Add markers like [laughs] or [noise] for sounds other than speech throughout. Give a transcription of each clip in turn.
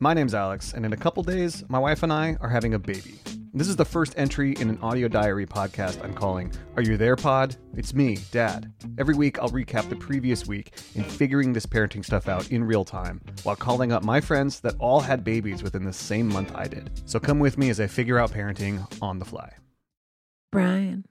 My name's Alex, and in a couple days, my wife and I are having a baby. This is the first entry in an audio diary podcast I'm calling Are You There, Pod? It's me, Dad. Every week, I'll recap the previous week in figuring this parenting stuff out in real time while calling up my friends that all had babies within the same month I did. So come with me as I figure out parenting on the fly. Brian.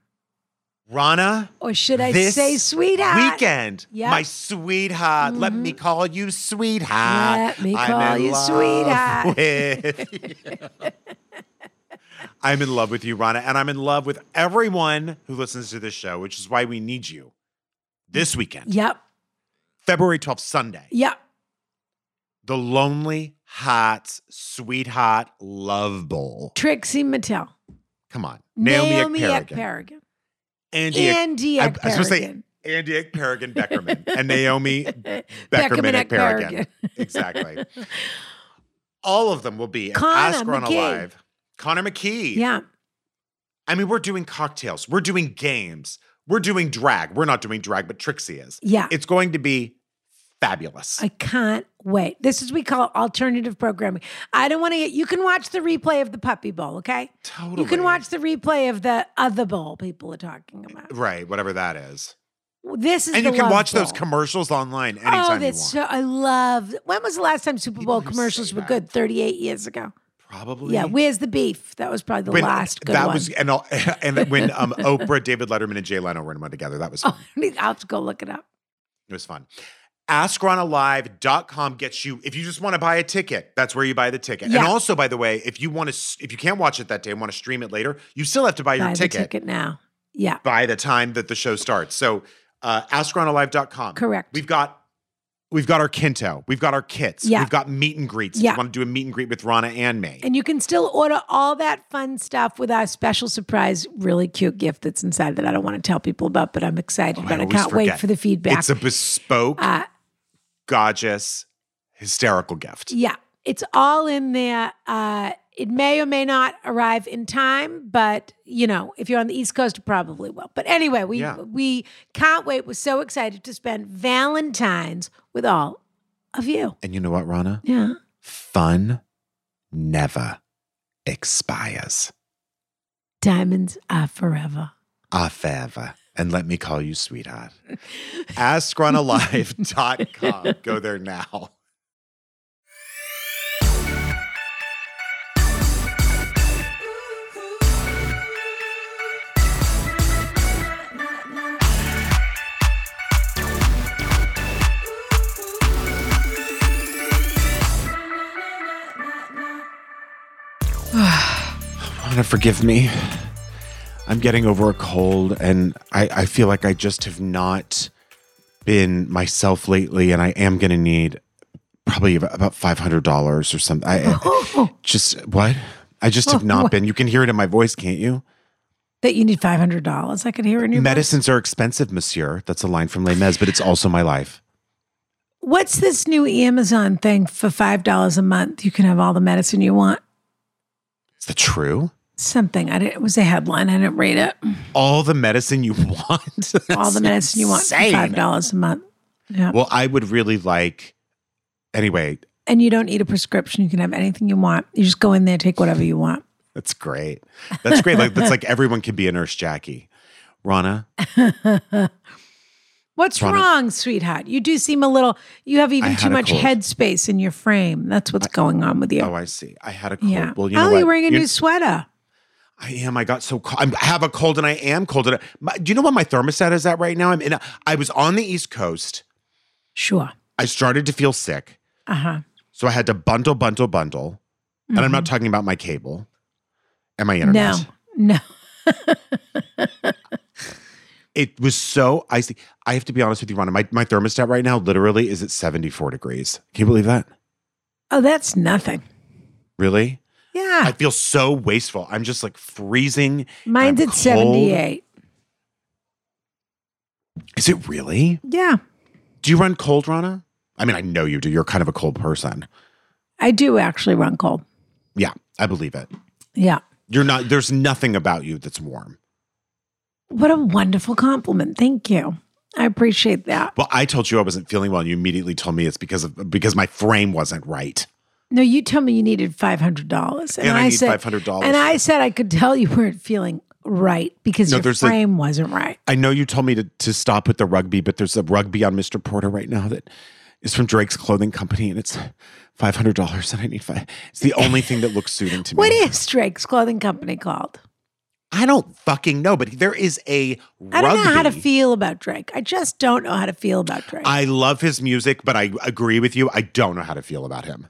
Rana. Or should I this say sweetheart? Weekend. Yeah. My sweetheart. Let me call you sweetheart. Let me I'm call in you love sweetheart. with you. [laughs] I'm in love with you, Rana, and I'm in love with everyone who listens to this show, which is why we need you this weekend, Yep. February 12th, Sunday. Yep. The Lonely Hearts Sweetheart Love Bowl. Trixie Mattel. Come on. Naomi, Ekperigin. Ekperigin. Andy, Ek- Andy I- I was gonna say Ekperigin. Andy Ekperigin Beckerman [laughs] and Naomi Beckerman Beckerman Ekperigin. Ekperigin. Exactly. All of them will be at Connor Ask Run McKee. Alive. Connor McKee. Yeah. I mean, we're doing cocktails. We're doing games. We're doing drag. We're not doing drag, but Trixie is. Yeah. It's going to be fabulous. I can't wait. This is what we call alternative programming. I don't want to get you can watch the replay of the puppy bowl, okay? totally. You can watch the replay of the other bowl people are talking about. Right, whatever that is. This is And the you can Love watch those Bowl. commercials online anytime Oh, you want. that's so I love when was the last time Super People Bowl who commercials say were that. good? 38 years ago. Probably. Yeah, where's the beef? That was probably the When- last good that one. [laughs] was and all- [laughs] and when um Oprah, David Letterman, and Jay Leno were in one together. That was fun. Oh, I'll have to go look it up. It was fun. AskRonAlive.com gets you if you just want to buy a ticket. That's where you buy the ticket. And Yeah. also, by the way, if you want to, if you can't watch it that day and want to stream it later, you still have to buy your Buy the ticket, ticket now. Yeah, by the time that the show starts. So, uh, AskRonAlive.com. correct. We've got. We've got our Kinto. We've got our kits. Yeah. We've got meet and greets. If Yeah. you want to do a meet and greet with Rana and me. And you can still order all that fun stuff with our special surprise, really cute gift that's inside that I don't want to tell people about, but I'm excited Oh, I about. I always can't wait forget. for the feedback. it's a bespoke, uh, gorgeous, hysterical gift. yeah, it's all in there. Uh, it may or may not arrive in time, but you know, if you're on the East Coast, it probably will. But anyway, we Yeah. we can't wait. We're so excited to spend Valentine's with all of you. And you know what, Rana? Yeah. Fun never expires. Diamonds are forever. Ah, forever. And let me call you sweetheart. AskRunAlive.com. Go there now. Rana, forgive me. I'm getting over a cold, and I, I feel like I just have not been myself lately, and I am going to need probably ab- about five hundred dollars or [laughs] something. I, I- just what? I just have Oh, not what? been. You can hear it in my voice, can't you? That you need five hundred dollars. I could hear in your voice. Medicines are expensive, Monsieur. That's a line from Les Mis, but it's also my life. What's this new Amazon thing for $5 a month? You can have all the medicine you want. Is that true? Something. I didn't, it was a headline. I didn't read it. All the medicine you [laughs] want. All the medicine you want for insane. $5 a month. Yeah. Well, I would really like. Anyway, and you don't need a prescription. You can have anything you want. You just go in there, take whatever you want. That's great. That's great. Like that's [laughs] like everyone can be a nurse Jackie. Rana, What's Rana- wrong, sweetheart? You do seem a little, you have even had too a much cold. headspace in your frame. That's what's going on with you. oh I see. I had a cold. yeah. Well, you know oh, what? you're wearing a You- new sweater. I am. I got so cold. I'm, I have a cold, and I am cold. And I, my, do you know what my thermostat is at right now? I'm in. A, I was on the East Coast. Sure. I started to feel sick, Uh huh. so I had to bundle, bundle, bundle. And I'm not talking about my cable and my internet. Mm-hmm. No, no. It was so icy. I have to be honest with you, Rana. My my thermostat right now literally is at 74 degrees. Can you believe that? Oh, that's nothing. Really? Yeah. I feel so wasteful. I'm just like freezing. Mine's I'm at cold. 78. Is it really? Yeah, Do you run cold, Rana? I mean, I know you do. You're kind of a cold person. I do actually run cold. Yeah, I believe it. Yeah. You're not, there's nothing about you that's warm. What a wonderful compliment. Thank you. I appreciate that. Well, I told you I wasn't feeling well, and you immediately told me it's because of because my frame wasn't right. No, you told me you needed five hundred dollars, And I need said $500. And I said I could tell you weren't feeling right because No, your there's, like- frame wasn't right. I know you told me to, to stop with the rugby, but there's a rugby on Mr. Porter right now that is from Drake's clothing company and it's five hundred dollars and I need five it's the only thing that looks suiting to [laughs] me. What is Drake's clothing company called? I don't fucking know, but there is a rugby. I don't know how to feel about Drake. I just don't know how to feel about Drake. I, I love his music, but I agree with you. I don't know how to feel about him.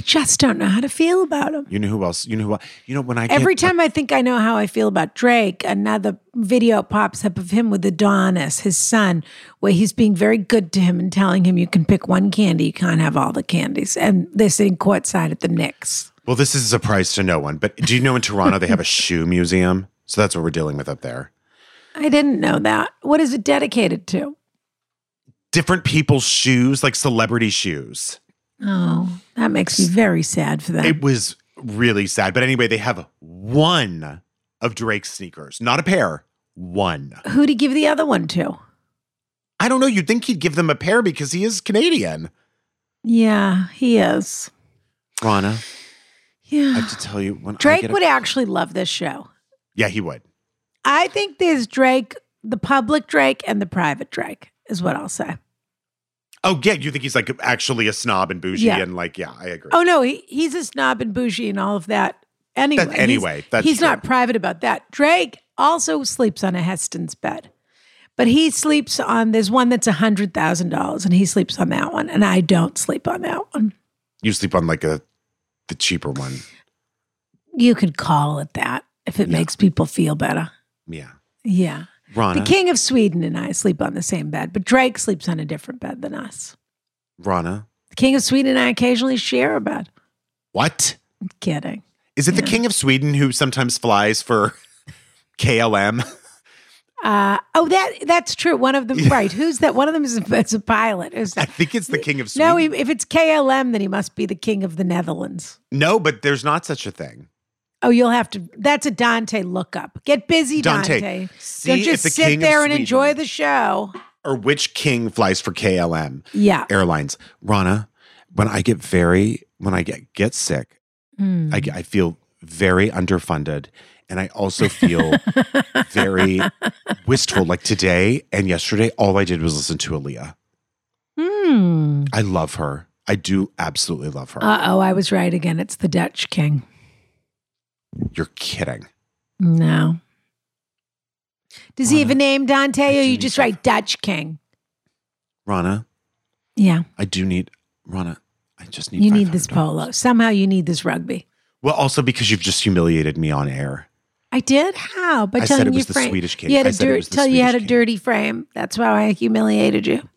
just don't know how to feel about him. You know who else? You know who? el- You know when I Every can't- time I think I know how I feel about Drake, another video pops up of him with Adonis, his son, where he's being very good to him and telling him you can pick one candy, you can't have all the candies. And they're sitting courtside at the Knicks. Well, this is a surprise to no one. But do you know in Toronto they have a shoe museum? So that's what we're dealing with up there. I didn't know that. What is it dedicated to? Different people's shoes, like celebrity shoes. Oh, that makes me very sad for them. It was really sad. But anyway, they have one of Drake's sneakers, not a pair, one. Who'd he give the other one to? I don't know. You'd think he'd give them a pair because he is Canadian. Yeah, he is. Rana, I Yeah. have to tell you, when I Drake get a- would actually love this show. yeah, he would. I think there's Drake, the public Drake and the private Drake, is what I'll say. Oh yeah, you think he's like actually a snob and bougie Yeah. and like yeah, I agree. Oh no, he, he's a snob and bougie and all of that. Anyway, That- he's- anyway, that's he's true. not private about that. Drake also sleeps on a Heston's bed, but he sleeps on there's one that's a hundred thousand dollars, and he sleeps on that one, and I don't sleep on that one. You sleep on like a the cheaper one. You could call it that if it Yeah. makes people feel better. Yeah, Yeah, Rana. the King of Sweden and I sleep on the same bed, but Drake sleeps on a different bed than us. Rana, The King of Sweden and I occasionally share a bed. what Kidding. is it? The King of Sweden who sometimes flies for [laughs] KLM. Uh, oh, that that's true. One of them, Yeah. right? Who's that? One of them is a, is a pilot. Is [laughs] I that? think it's the King of Sweden. No, he, if it's KLM, then he must be the king of the Netherlands. no, but there's not such a thing. Oh, you'll have to. That's a Dante lookup. Get busy, Dante, Dante. see Don't if just the sit King of there and Sweden- enjoy the show. Or which king flies for KLM Yeah. Airlines? Rana, when I get very when I get get sick, Mm. I, I feel very underfunded. And I also feel [laughs] very wistful. Like today and yesterday, all I did was listen to Aaliyah. Mm. I love her. I do absolutely love her. Uh oh, I was right again. It's the Dutch king. You're kidding. No. Does he have a name, Dante, I or do you need just to- write Dutch king? Rana, Yeah. I do need, Rana, I just need You need this $500. polo. Somehow you need this rugby. Well, also because you've just humiliated me on air. I did. How? By I said telling it you was the frame. Swedish king. You had I a said it dir- was the tell you had a Swedish king. dirty frame. That's how I humiliated you.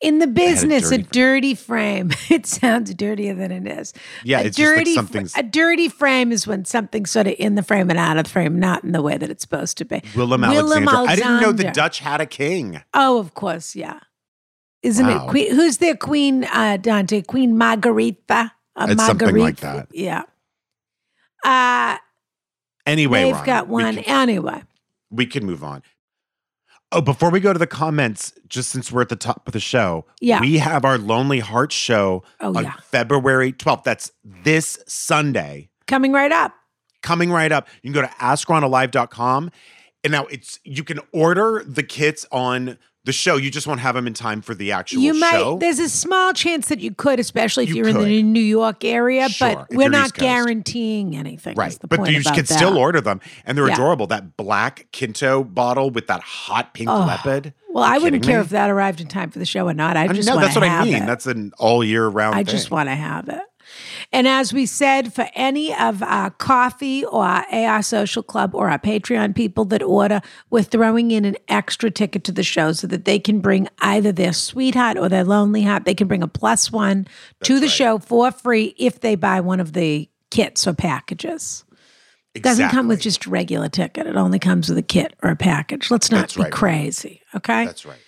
In the business, a dirty dirty, frame. [laughs] It sounds dirtier than it is. Yeah, a it's just like dirty fr- something's- a dirty frame is when something's sort of in the frame and out of the frame, not in the way that it's supposed to be. Willem, Alexander. I didn't know the Alexander. Dutch had a king. Oh, of course, yeah. Isn't Wow. it queen? Who's their queen? Uh, Dante, Queen Margarita. Uh, It's something like Margarita? that. Yeah. Uh, Anyway, they've Rana, got we one can- anyway. we can move on. Oh, before we go to the comments, just since we're at the top of the show, Yeah. we have our Lonely Heart show Oh, on yeah. February 12th. That's this Sunday. Coming right up. Coming right up. You can go to askronalive.com. And now it's you can order the kits on the show. You just won't have them in time for the actual you might show. there's a small chance that you could especially if You you are in the could. new york area Sure, but if we're you're not East Coast. guaranteeing anything Right. is the But point you about can that. still order them. And they're Yeah. adorable. That black Kinto bottle with that hot pink Oh, leopard. well i wouldn't kidding care me? if that arrived in time for the show or not i I just no, want that's to what have I mean. it That's an all year round i thing. just want to have it and as we said for any of our coffee or our ar social club or our patreon people that order we're throwing in an extra ticket to the show so that they can bring either their sweetheart or their lonely heart they can bring a plus one to the right. show for free if they buy one of the kits or packages doesn't come with Exactly. just a regular ticket. It only comes with a kit or a package. Let's not That's be right. crazy, okay? That's right.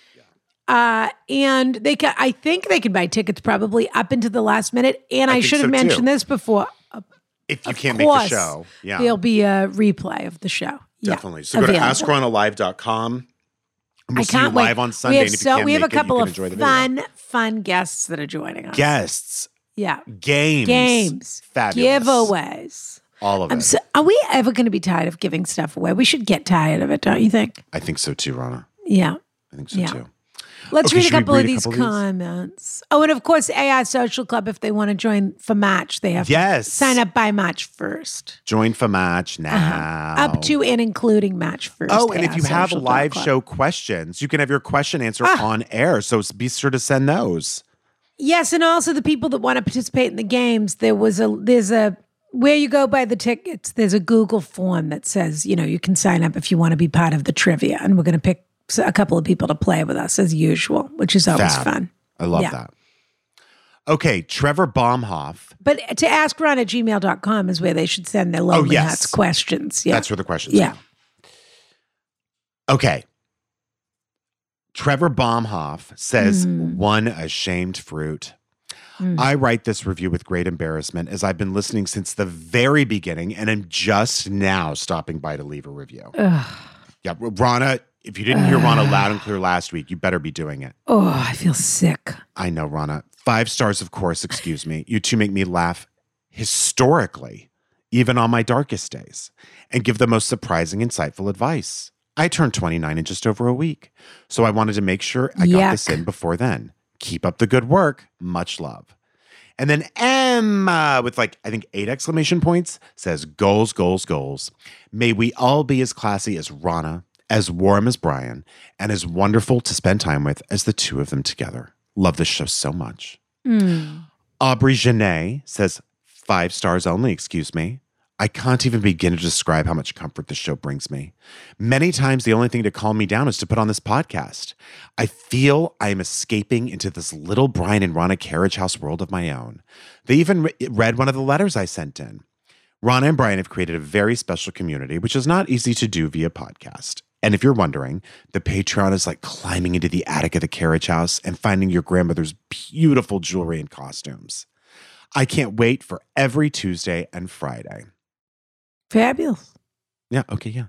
Yeah. Uh, and they can, I think they can buy tickets probably up into the last minute. And I, I think should have so, too. mentioned this before. If you can't course, make the show, yeah. There'll be a replay of the show. Yeah, Definitely. So go to available. askronalive.com. And We'll I see you can't wait. live on Sunday. We have, and if you so, can't we have a make it, you couple can of enjoy the video. fun, fun guests that are joining us. guests. Yeah. Games. Games. Fabulous. Giveaways. All of it. I'm so, are we ever going to be tired of giving stuff away? We should get tired of it, don't you think? I think so too, Rana. Yeah. I think so Yeah. too. Let's Okay, read a should we couple read of a these couple of these? comments. Oh, and of course, AI Social Club, if they want to join for March, they have Yes. to sign up by March 1st. Join for match now. Uh-huh. Up to and including March 1st. Oh, and if AI you have Social live Club. show questions, you can have your question answer Ah. on air. So s- be sure to send those. Yes, and also the people that want to participate in the games, there was a there's a where you go buy the tickets, there's a Google form that says, you know, you can sign up if you want to be part of the trivia. And we're going to pick s- a couple of people to play with us as usual, which is always Fab. fun. I love Yeah. that. Okay, Trevor Baumhoff. But to ask Ron at gmail.com is where they should send their lonely Oh, yes. hearts questions. Yeah. That's where the questions yeah. are. Okay. Trevor Baumhoff says, Mm. one ashamed fruit. Mm. I write this review with great embarrassment as I've been listening since the very beginning and am just now stopping by to leave a review. Ugh. Yeah, Rana, if you didn't hear Rana loud and clear last week, you better be doing it. Oh, I feel sick. I know, Rana. Five stars, of course, excuse me. You two make me laugh historically, even on my darkest days, and give the most surprising, insightful advice. I turned 29 in just over a week, so I wanted to make sure I got this Yuck. in before then. Keep up the good work. Much love. And then Emma, with like, I think eight exclamation points, says, Goals, goals, goals. May we all be as classy as Rana, as warm as Brian, and as wonderful to spend time with as the two of them together. Love this show so much. Mm. Aubrey Genet says, Five stars only, excuse me. I can't even begin to describe how much comfort this show brings me. Many times, the only thing to calm me down is to put on this podcast. I feel I am escaping into this little Brian and Rana carriage house world of my own. They even re- read one of the letters I sent in. Rana and Brian have created a very special community, which is not easy to do via podcast. And if you're wondering, the Patreon is like climbing into the attic of the carriage house and finding your grandmother's beautiful jewelry and costumes. I can't wait for every Tuesday and Friday. Fabulous. Yeah. Okay. Yeah.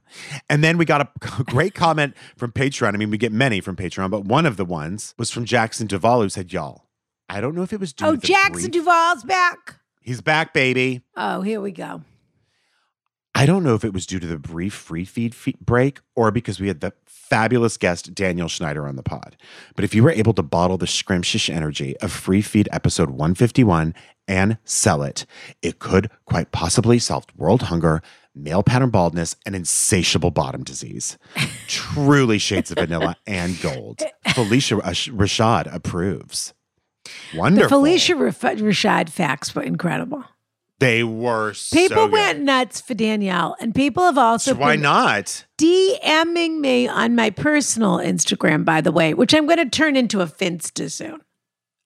And then we got a [laughs] great comment from Patreon. I mean, we get many from Patreon, but one of the ones was from Jackson Duval, who said, "Y'all, I don't know if it was due oh, to the Jackson brief- Duval's back. He's back, baby. Oh, here we go. I don't know if it was due to the brief free feed fe- break or because we had the fabulous guest Daniel Schneider on the pod. But if you were able to bottle the scrumptious energy of free feed episode 151 and sell it, it could quite possibly solve world hunger, male pattern baldness, and insatiable bottom disease. [laughs] Truly shades of vanilla and gold. Felicia Rash- Rashad approves. The Wonderful. Felicia Raf- Rashad facts were incredible. They were so People good. went nuts for Danielle, and people have also So why been not? DMing me on my personal Instagram, by the way, which I'm going to turn into a Finsta soon.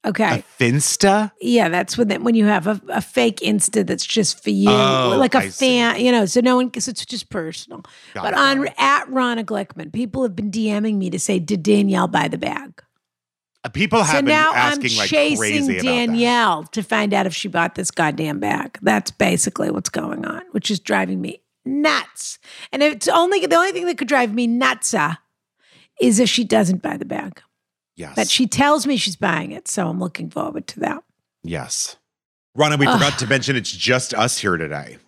Okay. A Finsta? yeah, that's when that when you have a, a fake Insta that's just for you, Oh, like a I see. fan, you know. So no one, because it's just personal. Got but it, on got it. at Ronna Glickman, people have been DMing me to say, "Did Danielle buy the bag?" Uh, People have So been now I'm asking like chasing crazy about Danielle to find out if she bought this goddamn bag. That's basically what's going on, which is driving me nuts. And it's only the only thing that could drive me nuts uh, is if she doesn't buy the bag. that. Yes. But she tells me she's buying it, so I'm looking forward to that. yes. Rana, we Ugh. forgot to mention it's just us here today.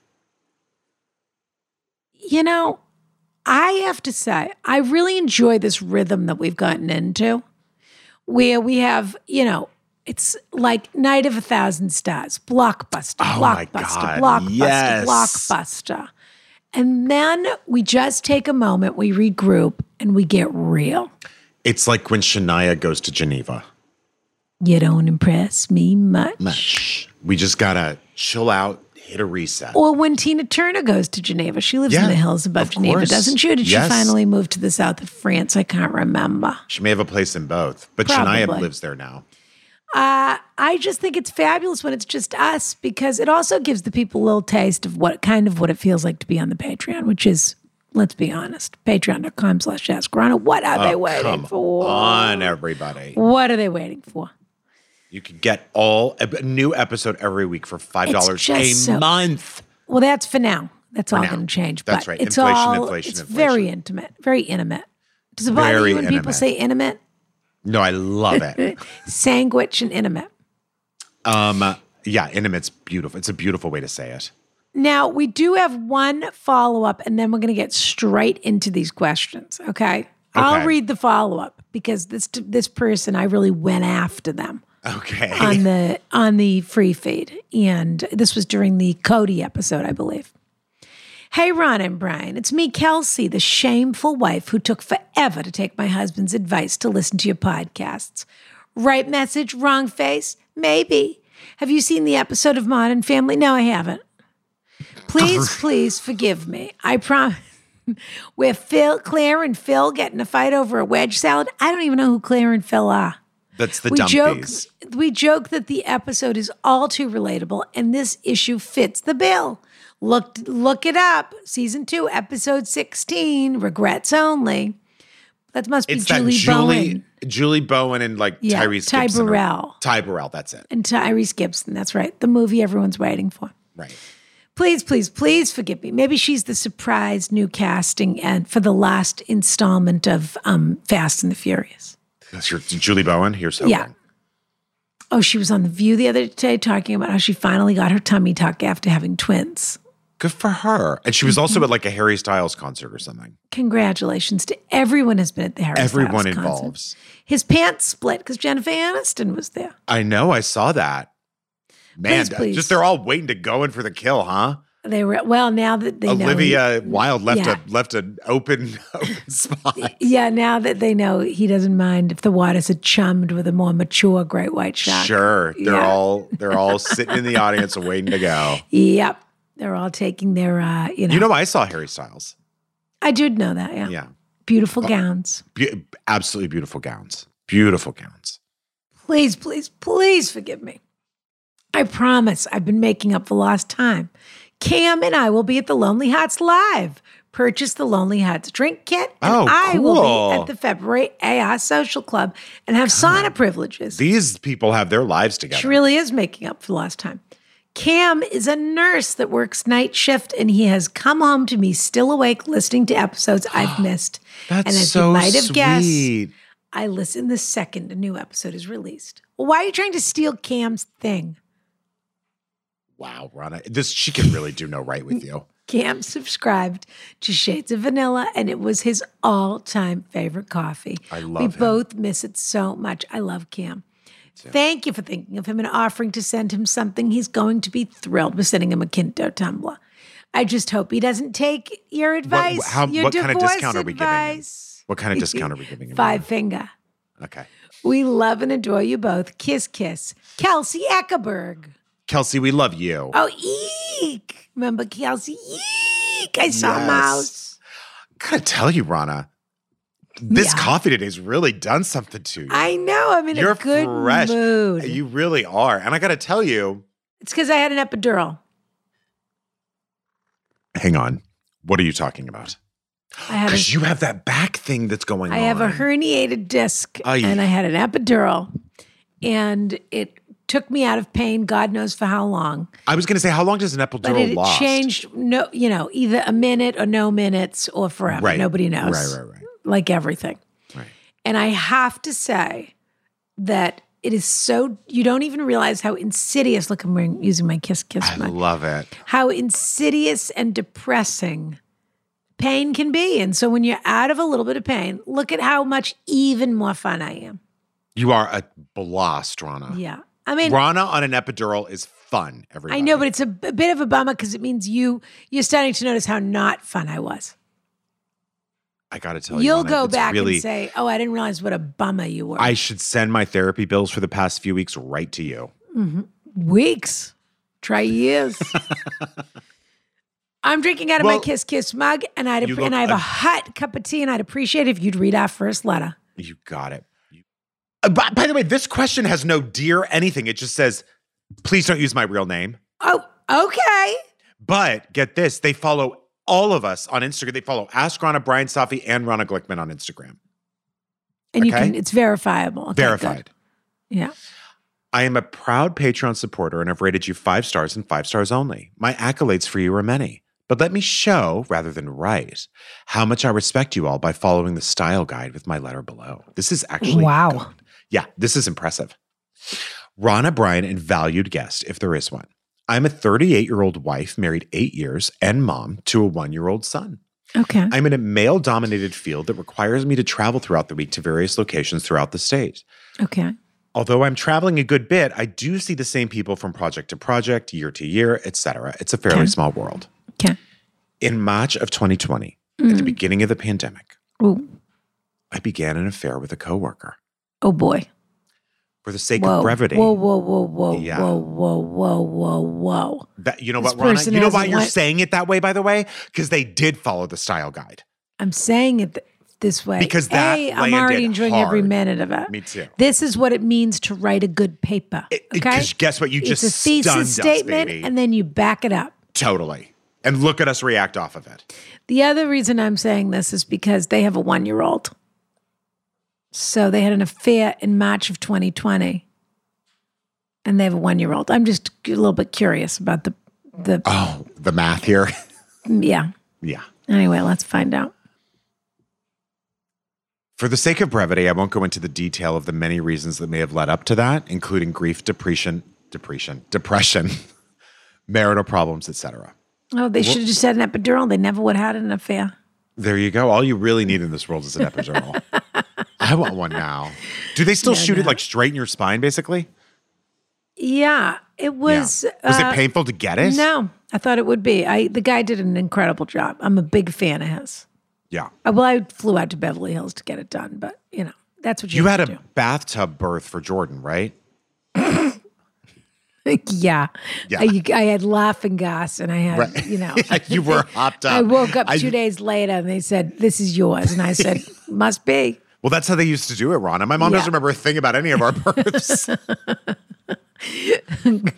You know, I have to say, I really enjoy this rhythm that we've gotten into where we have, you know, it's like Night of a Thousand Stars, blockbuster, Oh my blockbuster, God, blockbuster, yes. blockbuster. And then we just take a moment, we regroup, and we get real. It's like when Shania goes to Geneva. You don't impress me much. We just gotta chill out, hit a reset. Or when Tina Turner goes to Geneva, she lives Yeah, in the hills above of Geneva, course. doesn't she? Or did Yes. she finally move to the south of France? I can't remember. She may have a place in both, but Shania Probably. lives there now. Uh, I just think it's fabulous when it's just us because it also gives the people a little taste of what kind of what it feels like to be on the Patreon, which is, let's be honest, patreon.com slash ask Rana. What are they waiting Oh, Come for? on, everybody. What are they waiting for? You can get all a new episode every week for five dollars a just so- month. Well, that's for now. That's all now. going to change. That's but right. It's Inflation, all, inflation, it's inflation. very intimate, very intimate. Does it bother Very you when people intimate. say intimate? [laughs] No, I love it. Sandwich and intimate. um, yeah, intimate's beautiful. It's a beautiful way to say it. Now, we do have one follow up, and then we're going to get straight into these questions. Okay. I'll Okay. read the follow up because this this person I really went after them Okay. on the on the free feed, and this was during the Cody episode, I believe. Hey, Ron and Brian, it's me, Kelsey, the shameful wife who took forever to take my husband's advice to listen to your podcasts. Right message, wrong face, maybe. Have you seen the episode of Modern Family? No, I haven't. Please, please forgive me. I promise. [laughs] Where Phil, Claire, and Phil get in a fight over a wedge salad. I don't even know who Claire and Phil are That's the we joke dumpies. we joke that the episode is all too relatable and this issue fits the bill look look it up season 2 episode 16 regrets only that must be It's julie, that Julie bowen Julie Bowen and like Yeah, Tyrese Ty Gibson or- Burrell. Ty Burrell, that's it. and tyrese gibson that's right the movie everyone's waiting for Right. please please please forgive me maybe she's the surprise new casting and for the last installment of um, fast and the furious That's your Julie Bowen. Here's hoping. Yeah. Oh, she was on The View the other day talking about how she finally got her tummy tuck after having twins. Good for her. And she was also at like a Harry Styles concert or something. Congratulations to everyone who's been at the Harry Everyone Styles concert. involves. His pants split because Jennifer Aniston was there. I know. I saw that. Man, Please, please. just they're all waiting to go in for the kill, huh? They were well now that they know Olivia Wilde left Yeah. a left an open, [laughs] open spot. he- [laughs] yeah now that they know he doesn't mind if the waters are chummed with a more mature great white shark. Sure, they're Yeah. all they're all sitting in the audience waiting [laughs] to go. Yep, they're all taking their uh, you know. You know, I saw Harry Styles. I did know that. Yeah, Yeah, beautiful gowns. Be- absolutely beautiful gowns. Beautiful gowns. Please, please, please forgive me. I promise I've been making up for lost time. Cam and I will be at the Lonely Hearts Live. Purchase the Lonely Hearts drink kit, and Oh, I will be cool. at the February AR Social Club and have sauna privileges. These people have their lives together. She really is making up for lost time. Cam is a nurse that works night shift, and he has come home to me still awake listening to episodes [gasps] I've missed. That's and as so you might have guessed, sweet. I listen the second a new episode is released. Well, why are you trying to steal Cam's thing? Wow, Rana, this she can really do no right with you. Cam [laughs] subscribed to Shades of Vanilla, and it was his all-time favorite coffee. I We love him. both miss it so much. I love Cam. Thank you for thinking of him and offering to send him something. He's going to be thrilled with sending him a Kinto tumbler. I just hope he doesn't take your advice. how- your what kind of divorce discount are we giving him? advice. What kind [laughs] of discount are we giving him? Five finger. Okay, We love and adore you both. Kiss, kiss. Kelsey Eckerberg. Kelsey, we love you. Oh, eek. Remember Kelsey? Eek. I saw a Yes. mouse. Gotta tell you, Rana, this Yeah. coffee today's really done something to you. I know. I'm in You're a good fresh. mood. You really are. And I gotta tell you, it's because I had an epidural. hang on. What are you talking about? I had Because a, you have that back thing that's going I on. have a herniated disc, Ay. and I had an epidural, and it took me out of pain. God knows for how long, I was gonna say, how long does an epidural but it last? changed. No, you know, either a minute or no minutes or forever. Right. Nobody knows. Right, right, right. like everything. Right. And I have to say that it is so you don't even realize how insidious. Look, I'm wearing, using my kiss kiss I mug. love it. how insidious and depressing pain can be. And so when you're out of a little bit of pain, look at how much even more fun I am. You are a blast, Rana. Yeah. I mean, Rana on an epidural is fun, everybody. I know, but it's a, a bit of a bummer because it means you you're starting to notice how not fun I was. I gotta tell Oh, you. You'll Rana, go it's back really, and say, "Oh, I didn't realize what a bummer you were." I should send my therapy bills for the past few weeks right to you. weeks. Try [laughs] years. I'm drinking out of Well, my Kiss Kiss mug, and I'd you appre- and look- I have a I- hot cup of tea, and I'd appreciate if you'd read our first letter. You got it. You- Uh, by, by the way, this question has no dear anything. It just says, please don't use my real name. Oh, okay. But get this, they follow all of us on Instagram. They follow Ask Rana, Brian Safi, and Rana Glickman on Instagram. And you Okay. can, it's verifiable. Okay, Verified. good. Yeah. I am a proud Patreon supporter and have rated you five stars and five stars only. My accolades for you are many, but let me show, rather than write, how much I respect you all by following the style guide with my letter below. This is actually Wow. good. Yeah, this is impressive. Ron O'Brien and valued guest, if there is one. I'm a 38 year old wife, married eight years, and mom to a one year old son. Okay. I'm in a male dominated field that requires me to travel throughout the week to various locations throughout the state. Okay. Although I'm traveling a good bit, I do see the same people from project to project, year to year, etc. It's a fairly Okay. small world. Okay. In March of 2020, at the Mm. beginning of the pandemic, Ooh. I began an affair with a coworker. Oh boy. For the sake Whoa. of brevity, Whoa, whoa, whoa, whoa, Yeah. whoa, whoa, whoa, whoa, whoa. that you know This what, Rana? person You know hasn't why you're went- saying it that way, by the way? Because they did follow the style guide. I'm saying it th- this way. Because that A, I'm landed already enjoying every hard. minute of it. Me too. This is what it means to write a good paper. It- it- okay? 'cause guess what? You it's just a stunned thesis us, statement, baby. and then you back it up. Totally. And look at us react off of it. The other reason I'm saying this is because they have a one year old. So they had an affair in March of 2020, and they have a one year old. I'm just a little bit curious about the the Oh, the math here. [laughs] yeah. yeah. Anyway, let's find out. For the sake of brevity, I won't go into the detail of the many reasons that may have led up to that, including grief, depression, depression, depression, [laughs] marital problems, etc. Oh, they should have just had an epidural. They never would have had an affair. There you go. All you really need in this world is an [laughs] epidural. I want one now. Do they still shoot it like straight in your spine, basically? Yeah, it Yeah. was. Was uh, it painful to get it? No, I thought it would be. I the guy did an incredible job. I'm a big fan of his. Yeah. Uh, Well, I flew out to Beverly Hills to get it done, but you know that's what you, You have had to a bathtub birth for [laughs] Jordan, right? do. [laughs] yeah. Yeah. I, I had laughing gas, and I had Right. you [laughs] know. you were hopped up. I woke up I- two days later, and they said this is yours, and I [laughs] said must be. [laughs] Well, that's how they used to do it, Rhonda. My mom Yeah. doesn't remember a thing about [laughs] any of our births.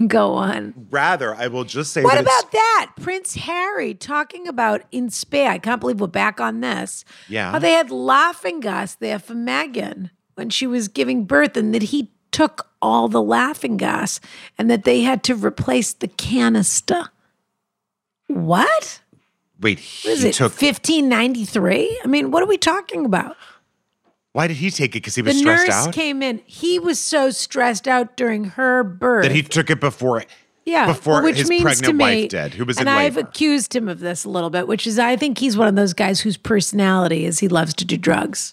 Go on. Rather, I will just say What that it's- about that? Prince Harry talking about in Spain. I can't believe we're back on this. Yeah. How they had laughing gas there for Megan when she was giving birth, and that he took all the laughing gas and that they had to replace the canister. What? wait, What is he it? took 1593? I mean, what are we talking about? Why did he take it? Because he The was stressed nurse out. came in. He was so stressed out during her birth. that he took it before. Yeah, before which his means pregnant to me, wife did, who was in and I've labor. accused him of this a little bit, which is I think he's one of those guys whose personality is he loves to do drugs.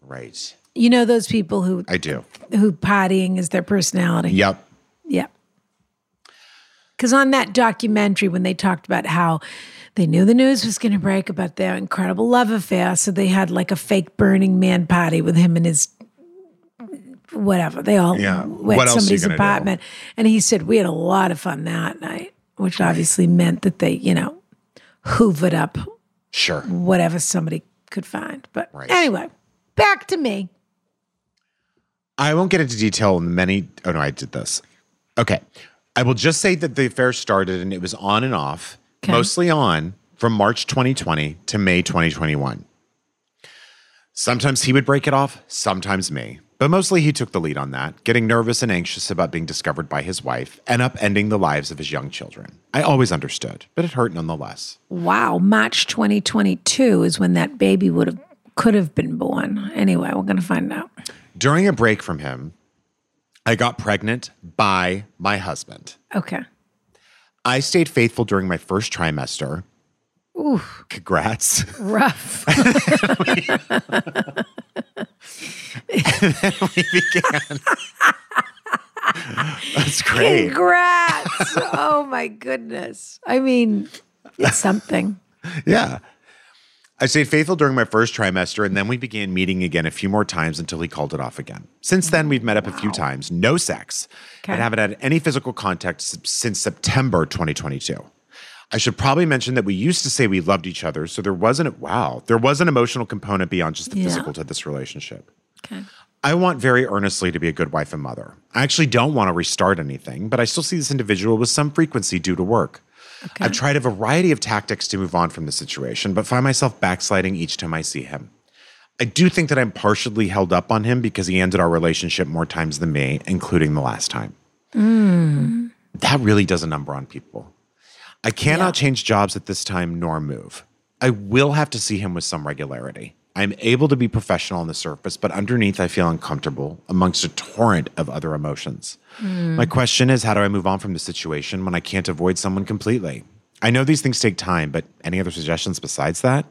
Right. You know those people who I do. who partying is their personality. Yep. Yeah. Because on that documentary, when they talked about how they knew the news was going to break about their incredible love affair, so they had like a fake Burning Man party with him and his whatever. They all Yeah. went What to else are you somebody's gonna do? apartment, and he said we had a lot of fun that night, which obviously meant that they, you know, hoovered up Sure. whatever somebody could find. But Right. anyway, back to me. I won't get into detail on the many. Oh no, I did this. Okay. I will just say that the affair started and it was on and off, Okay. mostly on from March 2020 to May 2021. Sometimes he would break it off, sometimes me. But mostly he took the lead on that, getting nervous and anxious about being discovered by his wife and upending the lives of his young children. I always understood, but it hurt nonetheless. Wow, March 2022 is when that baby would have could have been born. Anyway, we're going to find out. During a break from him, I got pregnant by my husband. Okay. I stayed faithful during my first trimester. Ooh. Congrats. [laughs] Rough. [laughs] That's great. Congrats. oh my goodness. I mean, it's [laughs] something. Yeah. I stayed faithful during my first trimester, and then we began meeting again a few more times until he called it off again. Since then, we've met up a few times, no sex, and Okay. haven't had any physical contact s- since September 2022. I should probably mention that we used to say we loved each other, so there wasn't wow, there was an emotional component beyond just the Yeah. physical to this relationship. Okay. I want very earnestly to be a good wife and mother. I actually don't want to restart anything, but I still see this individual with some frequency due to work. Okay. I've tried a variety of tactics to move on from the situation, but find myself backsliding each time I see him. I do think that I'm partially held up on him because he ended our relationship more times than me, including the last time. That really does a number on people. I cannot change jobs at this time nor move. I will have to see him with some regularity. I'm able to be professional on the surface, but underneath, I feel uncomfortable amongst a torrent of other emotions. My question is how do I move on from the situation when I can't avoid someone completely? I know these things take time, but any other suggestions besides that?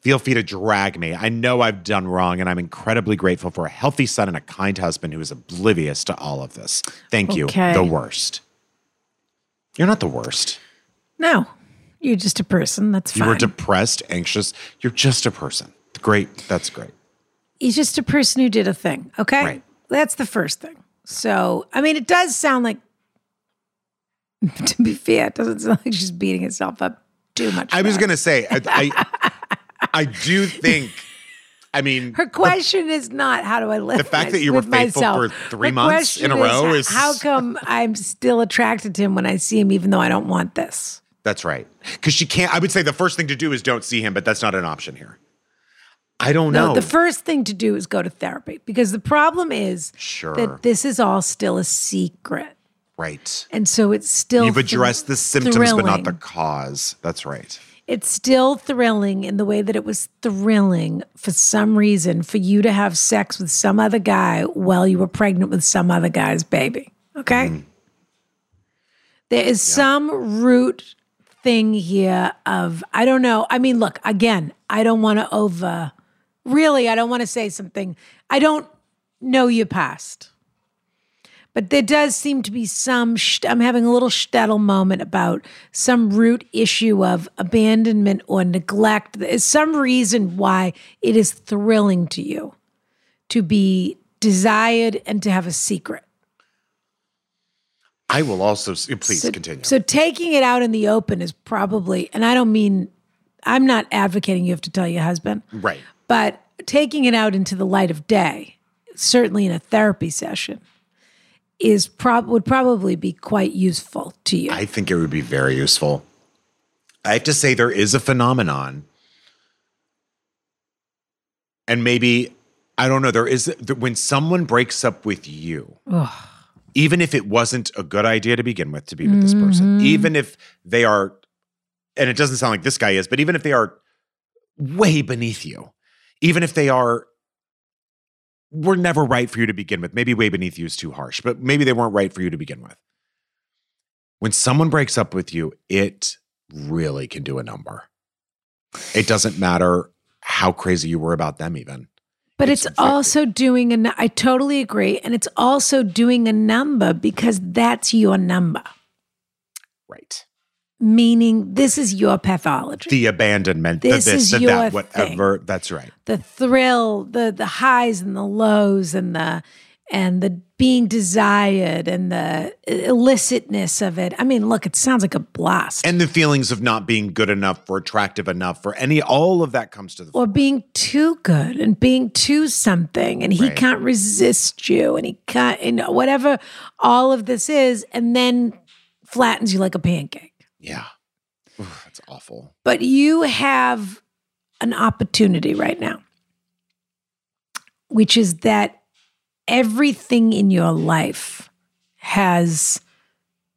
Feel free to drag me. I know I've done wrong, and I'm incredibly grateful for a healthy son and a kind husband who is oblivious to all of this. Thank Okay. you. The worst. You're not the worst. No, you're just a person. That's You fine. were depressed, anxious. You're just a person. Great. That's great. He's just a person who did a thing. Okay. Right. That's the first thing. So, I mean, it does sound like, [laughs] to be fair, it doesn't sound like she's beating herself up too much. I was though. going to say, I, I, I do think, I mean, Her question is not how do I live. The fact that you were with faithful myself. for three Her months in a question row is- how [laughs] come I'm still attracted to him when I see him, even though I don't want this. that's right. Because she can't, I would say the first thing to do is don't see him, but that's not an option here. I don't No, know. the first thing to do is go to therapy because the problem is Sure. that this is all still a secret, right. and so it's still You've thr- addressed the symptoms, but not the thrilling. cause. That's right. It's still thrilling in the way that it was thrilling for some reason for you to have sex with some other guy while you were pregnant with some other guy's baby. Okay. There is some root thing here of, I don't know. I mean, look, again, I don't want to over, really, I don't want to say something. I don't know your past. But there does seem to be some, sh- I'm having a little shtetl moment about some root issue of abandonment or neglect. There's some reason why it is thrilling to you to be desired and to have a secret. I will also, s- oh, please continue. So taking it out in the open is probably, and I don't mean, I'm not advocating you have to tell your husband, right. but taking it out into the light of day, certainly in a therapy session, is prob would probably be quite useful to you. I think it would be very useful. I have to say, there is a phenomenon, and maybe I don't know. There is th- when someone breaks up with you, even if it wasn't a good idea to begin with to be with this person, even if they are, and it doesn't sound like this guy is, but even if they are way beneath you, even if they are were never right for you to begin with. Maybe way beneath you is too harsh, but maybe they weren't right for you to begin with when someone breaks up with you, it really can do a number. It doesn't matter how crazy you were about them, even. But It's it's, effective. also doing a. nu- I totally agree, and it's also doing a number because that's your number. Right. Meaning, this is your pathology. The, The abandonment, This the this, is the your that, whatever. That's right. thrill, the the highs and the lows, and the and the being desired and the illicitness of it. I mean, look, it sounds like a blast. And the feelings of not being good enough or attractive enough for any, all of that comes to the or being too good and being too something and he Right. can't resist you and he can't and whatever all of this is and then flattens you like a pancake Yeah. Oof, that's awful. but you have an opportunity right now which is that everything in your life has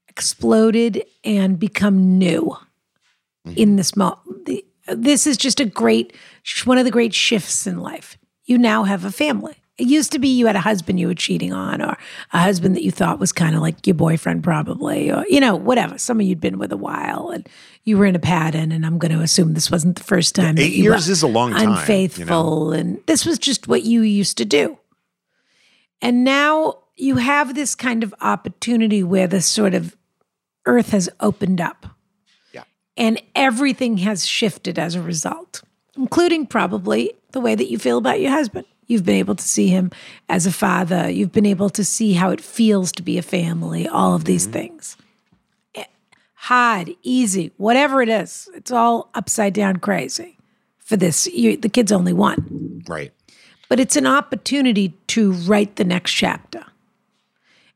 exploded and become new Mm-hmm. in this mo- the, this is just a great sh- one of the great shifts in life you now have a family it used to be you had a husband you were cheating on or a husband that you thought was kind of like your boyfriend probably or you know whatever someone you'd been with a while and you were in a pattern and i'm going to assume this wasn't the first time that Eight you years were is a long time. you know? unfaithful and this was just what you used to do and now you have this kind of opportunity where this sort of earth has opened up Yeah. and everything has shifted as a result including probably the way that you feel about your husband you've been able to see him as a father you've been able to see how it feels to be a family all of Mm-hmm. these things Eh, hard easy whatever it is it's all upside down crazy for this you, the kid's only one Right. but it's an opportunity to write the next chapter.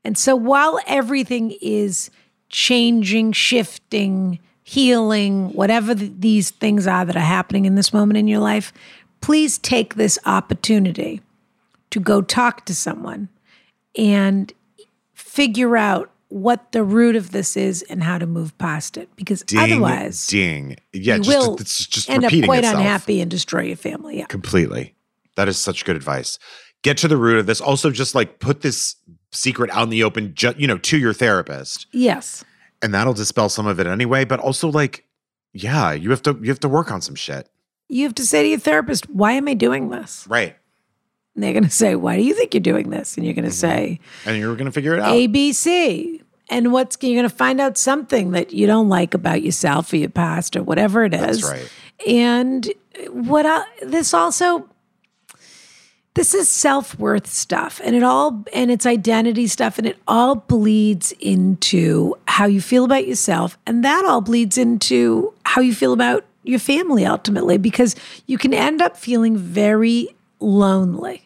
And so while everything is changing, shifting, healing, whatever th- these things are that are happening in this moment in your life, please take this opportunity to go talk to someone and figure out what the root of this is and how to move past it. Because Ding, otherwise, ding. Yeah, you just, will it's just end up repeating quite itself. unhappy and destroy your family. Yeah. Completely. That is such good advice. Get to the root of this. Also, just like put this secret out in the open, ju- you know, to your therapist, Yes. and that'll dispel some of it anyway. But also, like, yeah, you have to you have to work on some shit, You have to say to your therapist, why am I doing this? right? And they're going to say, why do you think you're doing this? And you're going to say, And you're gonna figure it out. ABC. And what's you're going to find out something that you don't like about yourself or your past or whatever it is. That's right. And what I, this also this is self-worth stuff and it all and it's identity stuff and it all bleeds into how you feel about yourself and that all bleeds into how you feel about your family ultimately because you can end up feeling very lonely.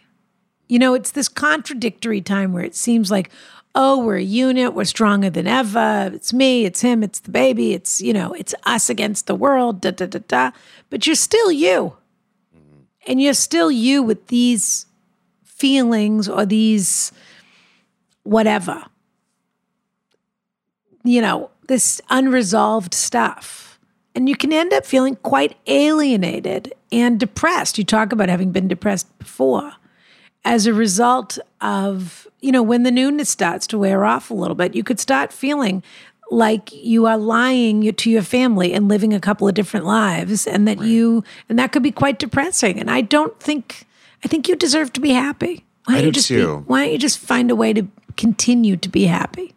You know, it's this contradictory time where it seems like, oh, we're a unit, we're stronger than ever. It's me, it's him, it's the baby, it's, you know, it's us against the world, da da da da. But you're still you. And you're still you with these feelings or these whatever. You know, this unresolved stuff. And you can end up feeling quite alienated and depressed. You talk about having been depressed before as a result of, you know, when the newness starts to wear off a little bit, you could start feeling like you are lying to your family and living a couple of different lives and that you and that could be quite depressing and i don't think i think you deserve to be happy why I don't you do just too. Be, why don't you just find a way to continue to be happy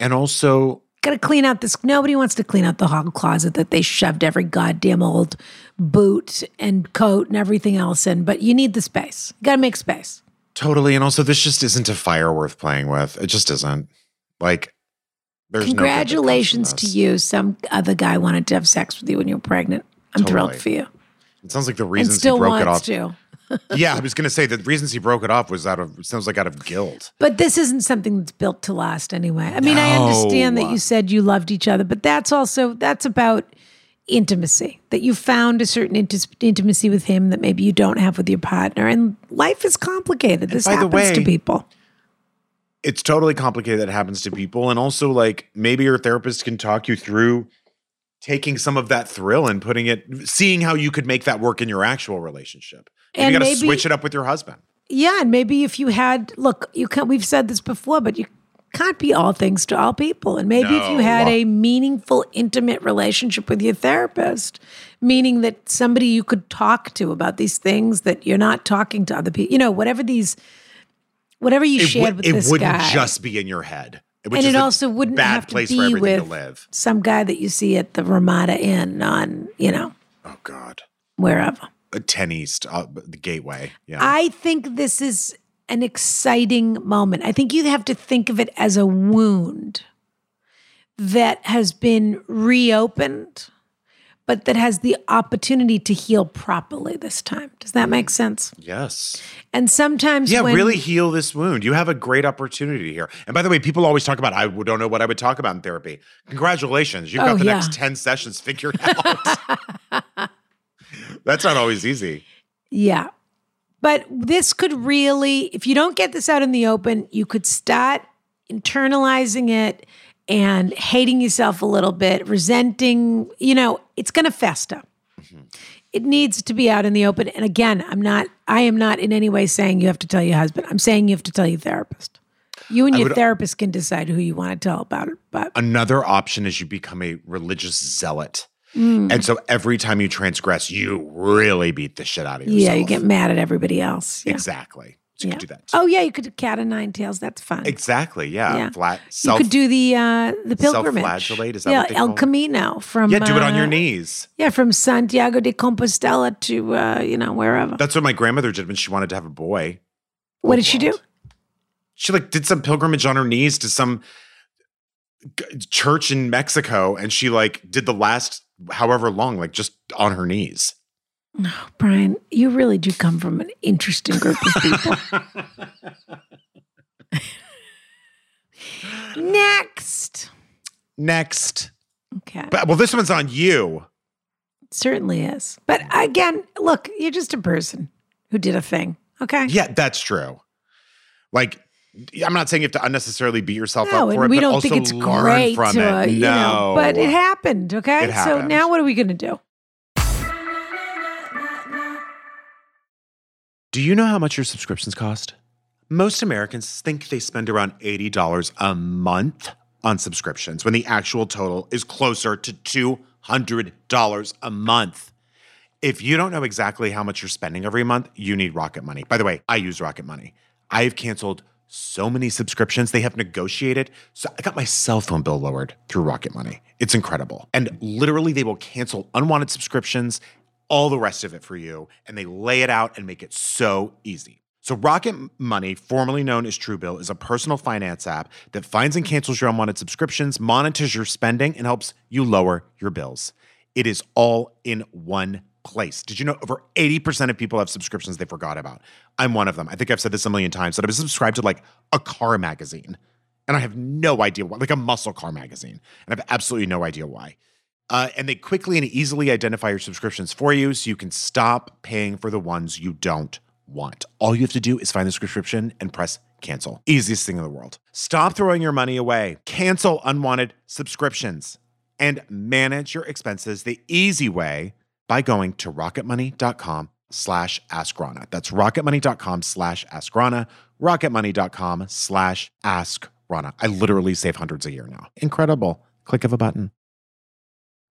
And also, got to clean out this. Nobody wants to clean out the hog closet that they shoved every goddamn old boot and coat and everything else in. But you need the space. Got to make space. totally, and also, this just isn't a fire worth playing with. It just isn't. Like, there's no good that comes from Congratulations to this. you. Some other guy wanted to have sex with you when you were pregnant. I'm thrilled Totally. for you. It sounds like the And reasons still he broke it wants off. to. Yeah, I was gonna say the reasons he broke it off was out of sounds like out of guilt. But this isn't something that's built to last anyway. I mean, I understand that No. you said you loved each other, but that's also that's about intimacy that you found a certain inti- intimacy with him that maybe you don't have with your partner and life is complicated this by the happens to way- people it's totally complicated that happens to people and also like maybe your therapist can talk you through taking some of that thrill and putting it seeing how you could make that work in your actual relationship Maybe And you gotta maybe- switch it up with your husband yeah and maybe if you had look you can't we've said this before but you can't be all things to all people and maybe if you No. had a meaningful intimate relationship with your therapist meaning that somebody you could talk to about these things that you're not talking to other people you know whatever these whatever you it, shared would, with it this wouldn't guy just be in your head which and is it a also wouldn't bad have to place be for everything with to live some guy that you see at the Ramada Inn on, you know, oh god wherever. Uh, 10 east uh, the gateway yeah I think this is an exciting moment. I think you have to think of it as a wound that has been reopened, but that has the opportunity to heal properly this time. Does that make sense? yes And sometimes yeah when really heal this wound you have a great opportunity here and by the way people always talk about i don't know what i would talk about in therapy congratulations you've Oh, got the yeah. next 10 sessions figured [laughs] out that's not always easy Yeah. But this could really, if you don't get this out in the open, you could start internalizing it and hating yourself a little bit, resenting, you know, it's going to fester. Mm-hmm. It needs to be out in the open. And again, I'm not, I am not in any way saying you have to tell your husband. I'm saying you have to tell your therapist. You and your would- therapist can decide who you want to tell about it. But another option is you become a religious zealot Mm. and so every time you transgress you really beat the shit out of yourself yeah, you get mad at everybody else. Yeah. exactly so yeah. you could do that too. Oh, yeah, you could do cat o' nine tails. That's fun. exactly yeah, Yeah. flat You self could do the uh, the pilgrimage. self-flagellate, is that yeah, what they El call it? Camino from yeah do it on uh, your knees Yeah, from Santiago de Compostela to uh, you know wherever. that's what my grandmother did when she wanted to have a boy what did she do? she like did some pilgrimage on her knees to some g- church in Mexico and she like did the last however long like just on her knees. Brian, you really do come from an interesting group of [laughs] people. Next, Next. okay, But well this one's [laughs] on you. certainly is. But again, look, you're just a person who did a thing. Okay, Yeah, that's true. Like I'm not saying you have to unnecessarily beat yourself No, up and for it, we but don't also think it's learn great. from to, it. uh, no, you know, but it happened. Okay, It so happened. now what are we going to do? Do you know how much your subscriptions cost? Most Americans think they spend around $80 a month on subscriptions when the actual total is closer to $200 a month. If you don't know exactly how much you're spending every month, you need Rocket Money. By the way, I use Rocket Money. I have canceled so many subscriptions. They have negotiated. So I got my cell phone bill lowered through Rocket Money. It's incredible. And literally, they will cancel unwanted subscriptions, all the rest of it for you, and they lay it out and make it so easy. So Rocket Money, formerly known as Truebill, is a personal finance app that finds and cancels your unwanted subscriptions, monitors your spending, and helps you lower your bills. It is all in one place. Did you know over 80% of people have subscriptions they forgot about? I'm one of them. I think I've said this a million times that I was subscribed to like a car magazine and I have no idea why, like a muscle car magazine, and I have absolutely no idea why. Uh, and they quickly and easily identify your subscriptions for you so you can stop paying for the ones you don't want. All you have to do is find the subscription and press cancel. Easiest thing in the world. Stop throwing your money away. Cancel unwanted subscriptions and manage your expenses the easy way by going to rocketmoney.com slash askrana. That's rocketmoney.com slash askrana, rocketmoney.com slash askrana. I literally save hundreds a year now. Incredible. Click of a button.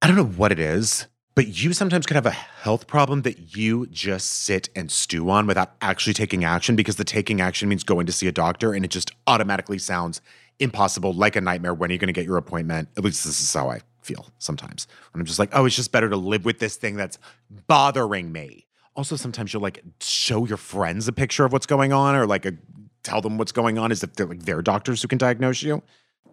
I don't know what it is, but you sometimes could have a health problem that you just sit and stew on without actually taking action because the taking action means going to see a doctor and it just automatically sounds impossible, like a nightmare. When are you going to get your appointment? At least this is how I feel sometimes. And I'm just like, oh, it's just better to live with this thing that's bothering me. Also, sometimes you'll like show your friends a picture of what's going on or like a, tell them what's going on as if they're like their doctors who can diagnose you.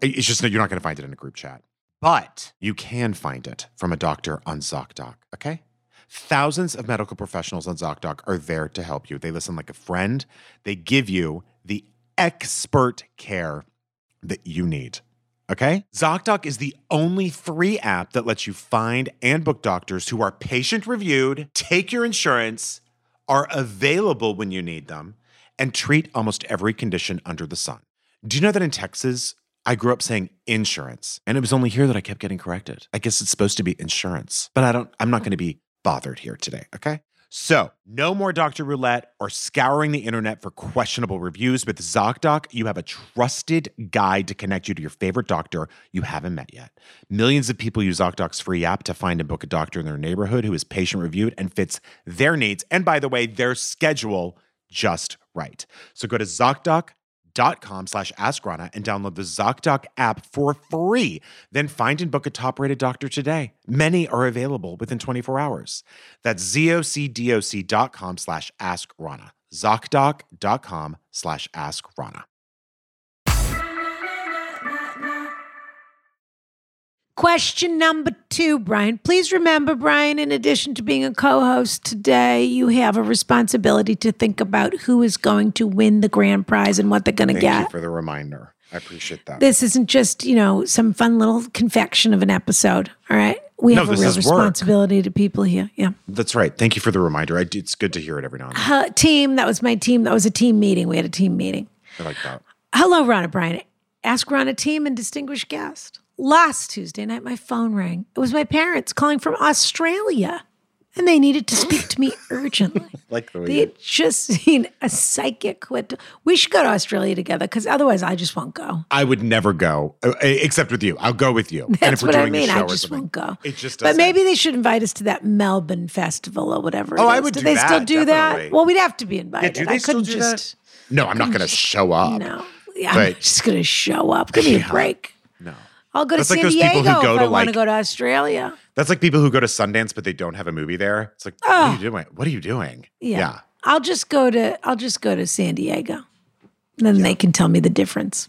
It- It's just that you're not going to find it in a group chat. But you can find it from a doctor on ZocDoc, okay? Thousands of medical professionals on ZocDoc are there to help you. They listen like a friend, they give you the expert care that you need. Okay? ZocDoc is the only free app that lets you find and book doctors who are patient reviewed, take your insurance, are available when you need them, and treat almost every condition under the sun. Do you know that in Texas, I grew up saying insurance, and it was only here that I kept getting corrected. I guess it's supposed to be insurance, but I don't I'm not going to be bothered here today, okay? So, no more Dr. Roulette or scouring the internet for questionable reviews. With ZocDoc, you have a trusted guide to connect you to your favorite doctor you haven't met yet. Millions of people use ZocDoc's free app to find and book a doctor in their neighborhood who is patient reviewed and fits their needs. And by the way, their schedule just right. So go to ZocDoc.com slash AskRana and download the ZocDoc app for free. Then find and book a top rated doctor today. Many are available within 24 hours. That's ZocDoc.com slash AskRana. ZocDoc.com slash AskRana. Question number two, Brian. Please remember, Brian, in addition to being a co host today, you have a responsibility to think about who is going to win the grand prize and what they're going to Thank you get. for the reminder. I appreciate that. This isn't just, you know, some fun little confection of an episode. All right. We No, have a this real is work. responsibility to people here. Yeah. That's right. Thank you for the reminder. I, do- it's good to hear it every now and then. Uh, team, that was my team. That was a team meeting. We had a team meeting. I like [sighs] that. Hello, Ron O'Brien. Ask Ron a team and distinguished guest. Last Tuesday night, my phone rang. It was my parents calling from Australia, and they needed to speak to [laughs] me urgently. Like the way They you- had just [laughs] seen a psychic. who had- We should go to Australia together because otherwise, I just won't go. I would never go uh, except with you. I'll go [laughs] with you. and That's if we're what doing I mean. a show I or just something, won't go. It just But doesn't. maybe they should invite us to that Melbourne festival or whatever. Oh, it I is. would Do do they still that, do definitely. that? Well, we'd have to be invited. do I they still couldn't do that? just. No, I'm not [laughs] going to show up. No, I'm But- just going to show up. Give me a Yeah. break. No. I'll go to That's San like those Diego people who if go I to, want to like- go to Australia. That's like people who go to Sundance but they don't have a movie there. It's like, what are you doing? What are you doing? Yeah. I'll just go to I'll just go to San Diego. Then they can tell me the difference.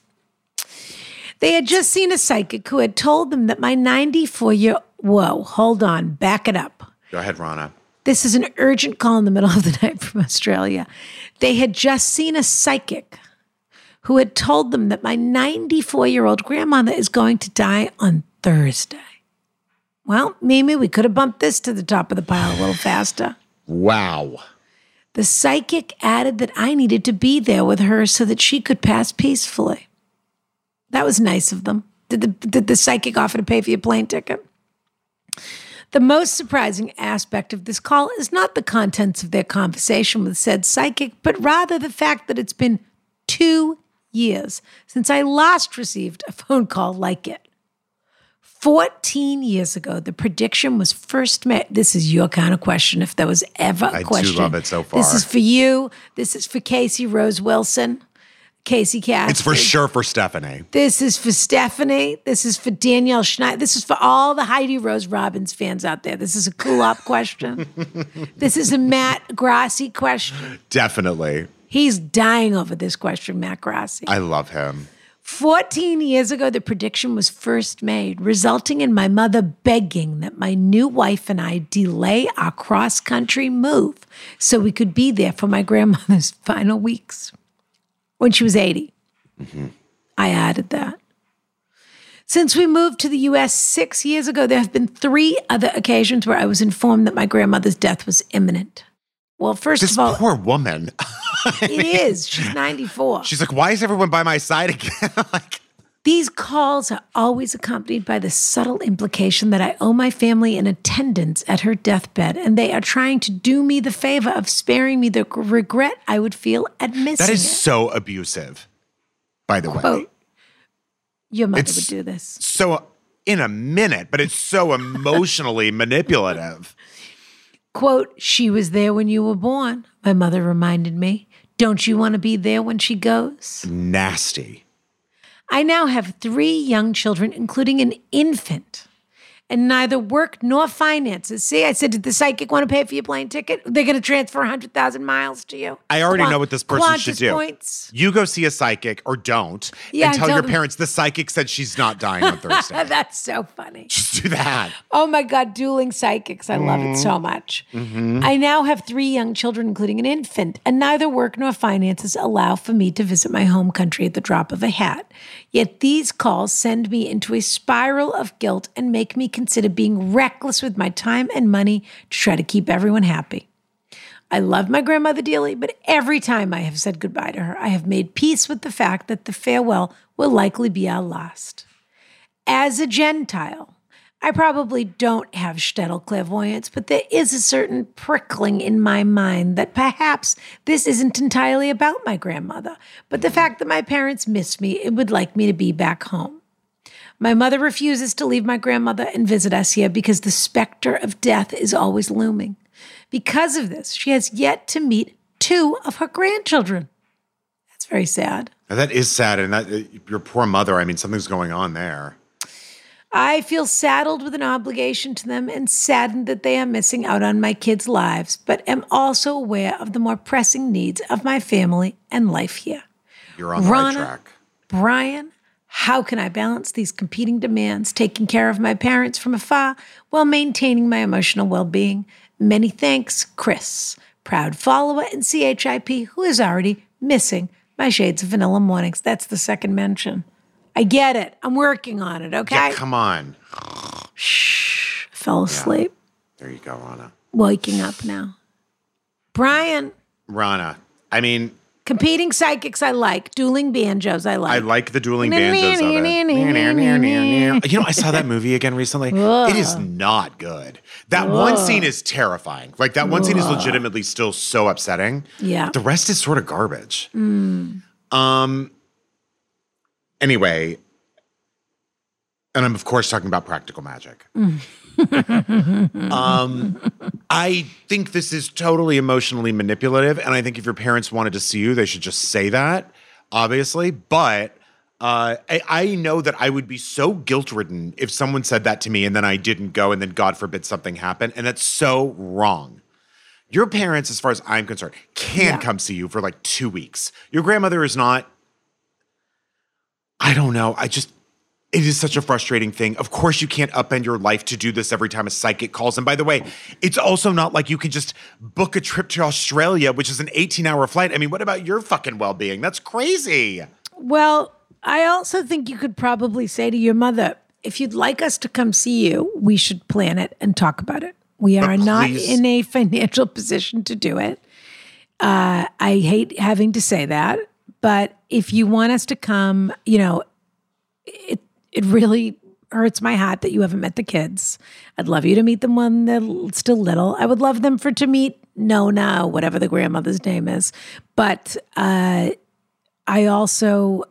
They had just seen a psychic who had told them that my 94 year whoa, hold on, back it up. Go ahead, Rana. This is an urgent call in the middle of the [laughs] night from Australia. They had just seen a psychic who had told them that my 94 year old grandmother is going to die on Thursday. Well, Mimi, we could have bumped this to the top of the pile a little faster. Wow. The psychic added that I needed to be there with her so that she could pass peacefully. That was nice of them. Did the, did the psychic offer to pay for your plane ticket? The most surprising aspect of this call is not the contents of their conversation with said psychic, but rather the fact that it's been two years since I last received a phone call like it. 14 years ago, the prediction was first made. This is your kind of question, if there was ever a do question. love it so This far. is for you. This is for Casey Rose Wilson, Casey Cass. It's for sure for Stephanie. This is for Stephanie. This is for Danielle Schneider. This is for all the Heidi Rose Robbins fans out there. This is a cool up [laughs] question. this is a Matt Grassi question. Definitely. He's dying over this question, Matt Grassi. I love him. 14 years ago, the prediction was first made, resulting in my mother begging that my new wife and I delay our cross country move so we could be there for my grandmother's [laughs] final weeks when she was 80. I added that. Since we moved to the US six years ago, there have been three other occasions where I was informed that my grandmother's death was imminent. Well, first This of all, poor woman. [laughs] it is. She's 94. She's like, why is everyone by my side again? [laughs] like, These calls are always accompanied by the subtle implication that I owe my family an attendance at her deathbed, and they are trying to do me the favor of sparing me the regret I would feel at missing that is it. so abusive, by the way. Quote, Your mother It's- would do this. So in a minute, but it's so emotionally [laughs] manipulative. Quote, she was there when you were born, my mother reminded me. Don't you want to be there when she goes? Nasty. I now have three young children, including an infant, and neither work nor finances. See, I said, did the psychic want to pay for your plane ticket? They're going to transfer 100,000 miles to you. I already Quan- know what this person should Qantas do. Points. [laughs] You go see a psychic or don't Yeah, and tell your don't- parents the psychic said she's not [laughs] dying on Thursday. That's so funny. Just do that. Oh my God, dueling psychics. I love it so much. I now have three young children, including an infant, and neither work nor finances allow for me to visit my home country at the drop of a hat. Yet these calls send me into a spiral of guilt and make me consider being reckless with my time and money to try to keep everyone happy. I love my grandmother dearly, but every time I have said goodbye to her, I have made peace with the fact that the farewell will likely be our last as a Gentile, I probably don't have shtetl clairvoyance, but there is a certain prickling in my mind that perhaps this isn't entirely about my grandmother, but the fact that my parents miss me and would like me to be back home. My mother refuses to leave my grandmother and visit us here because the specter of death is always looming. Because of this, she has yet to meet two of her grandchildren. That's very sad. Now, that is sad. And that uh, your poor mother, I mean, something's going on there. I feel saddled with an obligation to them and saddened that they are missing out on my kids' lives, but am also aware of the more pressing needs of my family and life here. You're on the right Rana- track. Brian, how can I balance these competing demands, taking care of my parents from afar while maintaining my emotional well being? Many thanks, Chris, proud follower and CHIP who is already missing my Shades of Vanilla Mornings. That's the second mention. I get it. I'm working on it, okay? Yeah, come on. Fell asleep. There you go, Rana. waking up now. Brian, Rana. I mean, competing psychics I like, dueling banjos I I like. like the dueling banjos of it. You know, I saw that movie again recently. It is not good. That one scene is terrifying. Like that one scene is legitimately still so upsetting. Yeah. Hmm. The rest is sort of garbage. Um anyway, and I'm of course talking about [laughs] practical magic. um I think this is totally emotionally manipulative. And I think if your parents wanted to see you, they should just say that, obviously. But uh, I, I know that I would be so guilt ridden if someone said that to me and then I didn't go and then God forbid something happened. And that's so wrong. Your parents, as far as I'm concerned, can come see you for like two weeks. Your grandmother is not. I don't know. I just it is such a frustrating thing. Of course, you can't upend your life to do this every time a psychic calls. And by the way, it's also not like you can just book a trip to Australia, which is an 18 hour flight. I mean, what about your fucking well being? That's crazy. Well, I also think you could probably say to your mother, if you'd like us to come see you, we should plan it and talk about it. We are not [laughs] please- in a financial position to do it. Uh, I hate having to say that, but if you want us to come, you know, it it really hurts my heart that you haven't met the kids. I'd love you to meet them when they're l- still little. I would love them for to meet Nona, whatever the grandmother's name is, but uh, I also.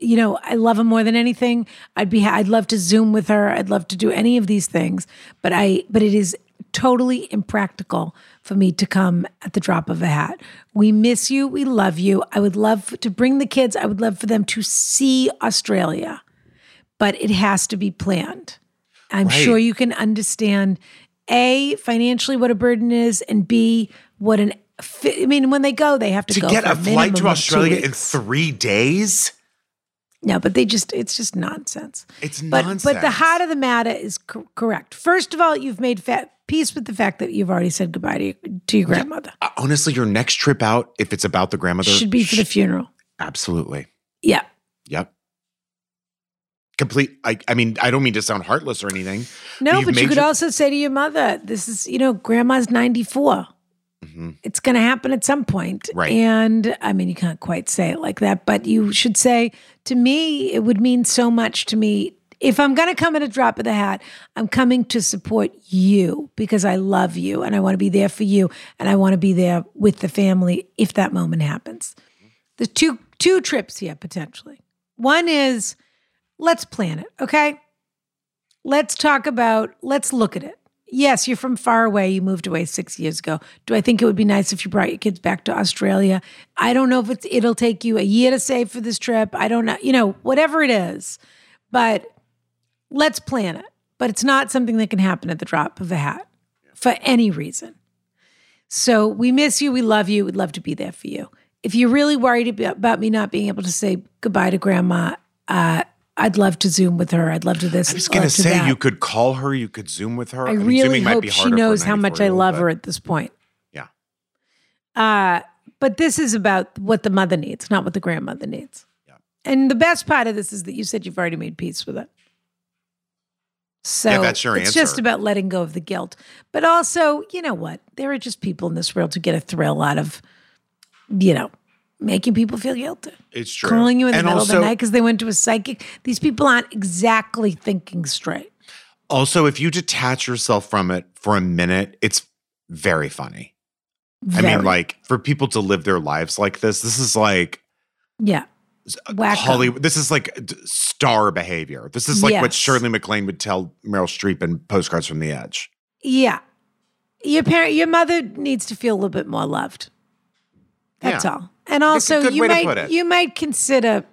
You know, I love them more than anything. I'd be, I'd love to Zoom with her. I'd love to do any of these things, but I, but it is totally impractical for me to come at the drop of a hat. We miss you. We love you. I would love to bring the kids. I would love for them to see Australia, but it has to be planned. I'm Right. sure you can understand A, financially what a burden is, and B, what an fi- I mean, when they go, they have to, to go get for a flight minimum of to two Australia in weeks. three days? No, but they just, it's just nonsense. It's But, nonsense. but the heart of the matter is co- correct. First of all, you've made fa- peace with the fact that you've already said goodbye to your, to your grandmother. Uh, Honestly, your next trip out, if it's about the grandmother, Should be for the funeral. absolutely. Yeah. Yep. Complete. I, I mean, I don't mean to sound heartless or anything. No, You've but you made could your- also say to your mother, this is, you know, grandma's 94. Mhm. It's going to happen at some point. Right. And I mean, you can't quite say it like that, but you should say, to me, it would mean so much to me. If I'm going to come at a drop of the hat, I'm coming to support you because I love you and I want to be there for you and I want to be there with the family if that moment happens. There's two two trips here potentially. One is let's plan it, okay? Let's talk about, let's look at it. Yes, you're from far away. You moved away six years ago. Do I think it would be nice if you brought your kids back to Australia? I don't know if it's, it'll take you a year to save for this trip. I don't know, you know, whatever it is, but let's plan it. But it's not something that can happen at the drop of a hat for any reason. So we miss you. We love you. We'd love to be there for you. If you're really worried ab- about me not being able to say goodbye to grandma, uh, I'd love to Zoom with her. I'd love to this. I was I'd going to love to say that. you could call her, you could Zoom with her. I mean, really Zooming might hope be she harder for a knows how much I 94-year-old, love but- her at this point. Yeah. Uh, but this is about what the mother needs, not what the grandmother needs. Yeah. And the best part of this is that you said you've already made peace with it. So Yeah, that's your it's answer. just about letting go of the guilt. But also, you know what? There are just people in this world who get a thrill out of, you know, making people feel guilty. It's true. Calling you in the and middle also, of the night because they went to a psychic. These people aren't exactly thinking straight. Also, if you detach yourself from it for a minute, it's very funny. I mean, Very. like for people to live their lives like this, this is like yeah. Wacko. Hollywood. This is like d- star behavior. This is like what Yes. Shirley MacLaine would tell Meryl Streep in Postcards from the Edge. Yeah. Your parent your mother needs to feel a little bit more loved. That's Yeah. all. And That's a also good you way to put might it. you might consider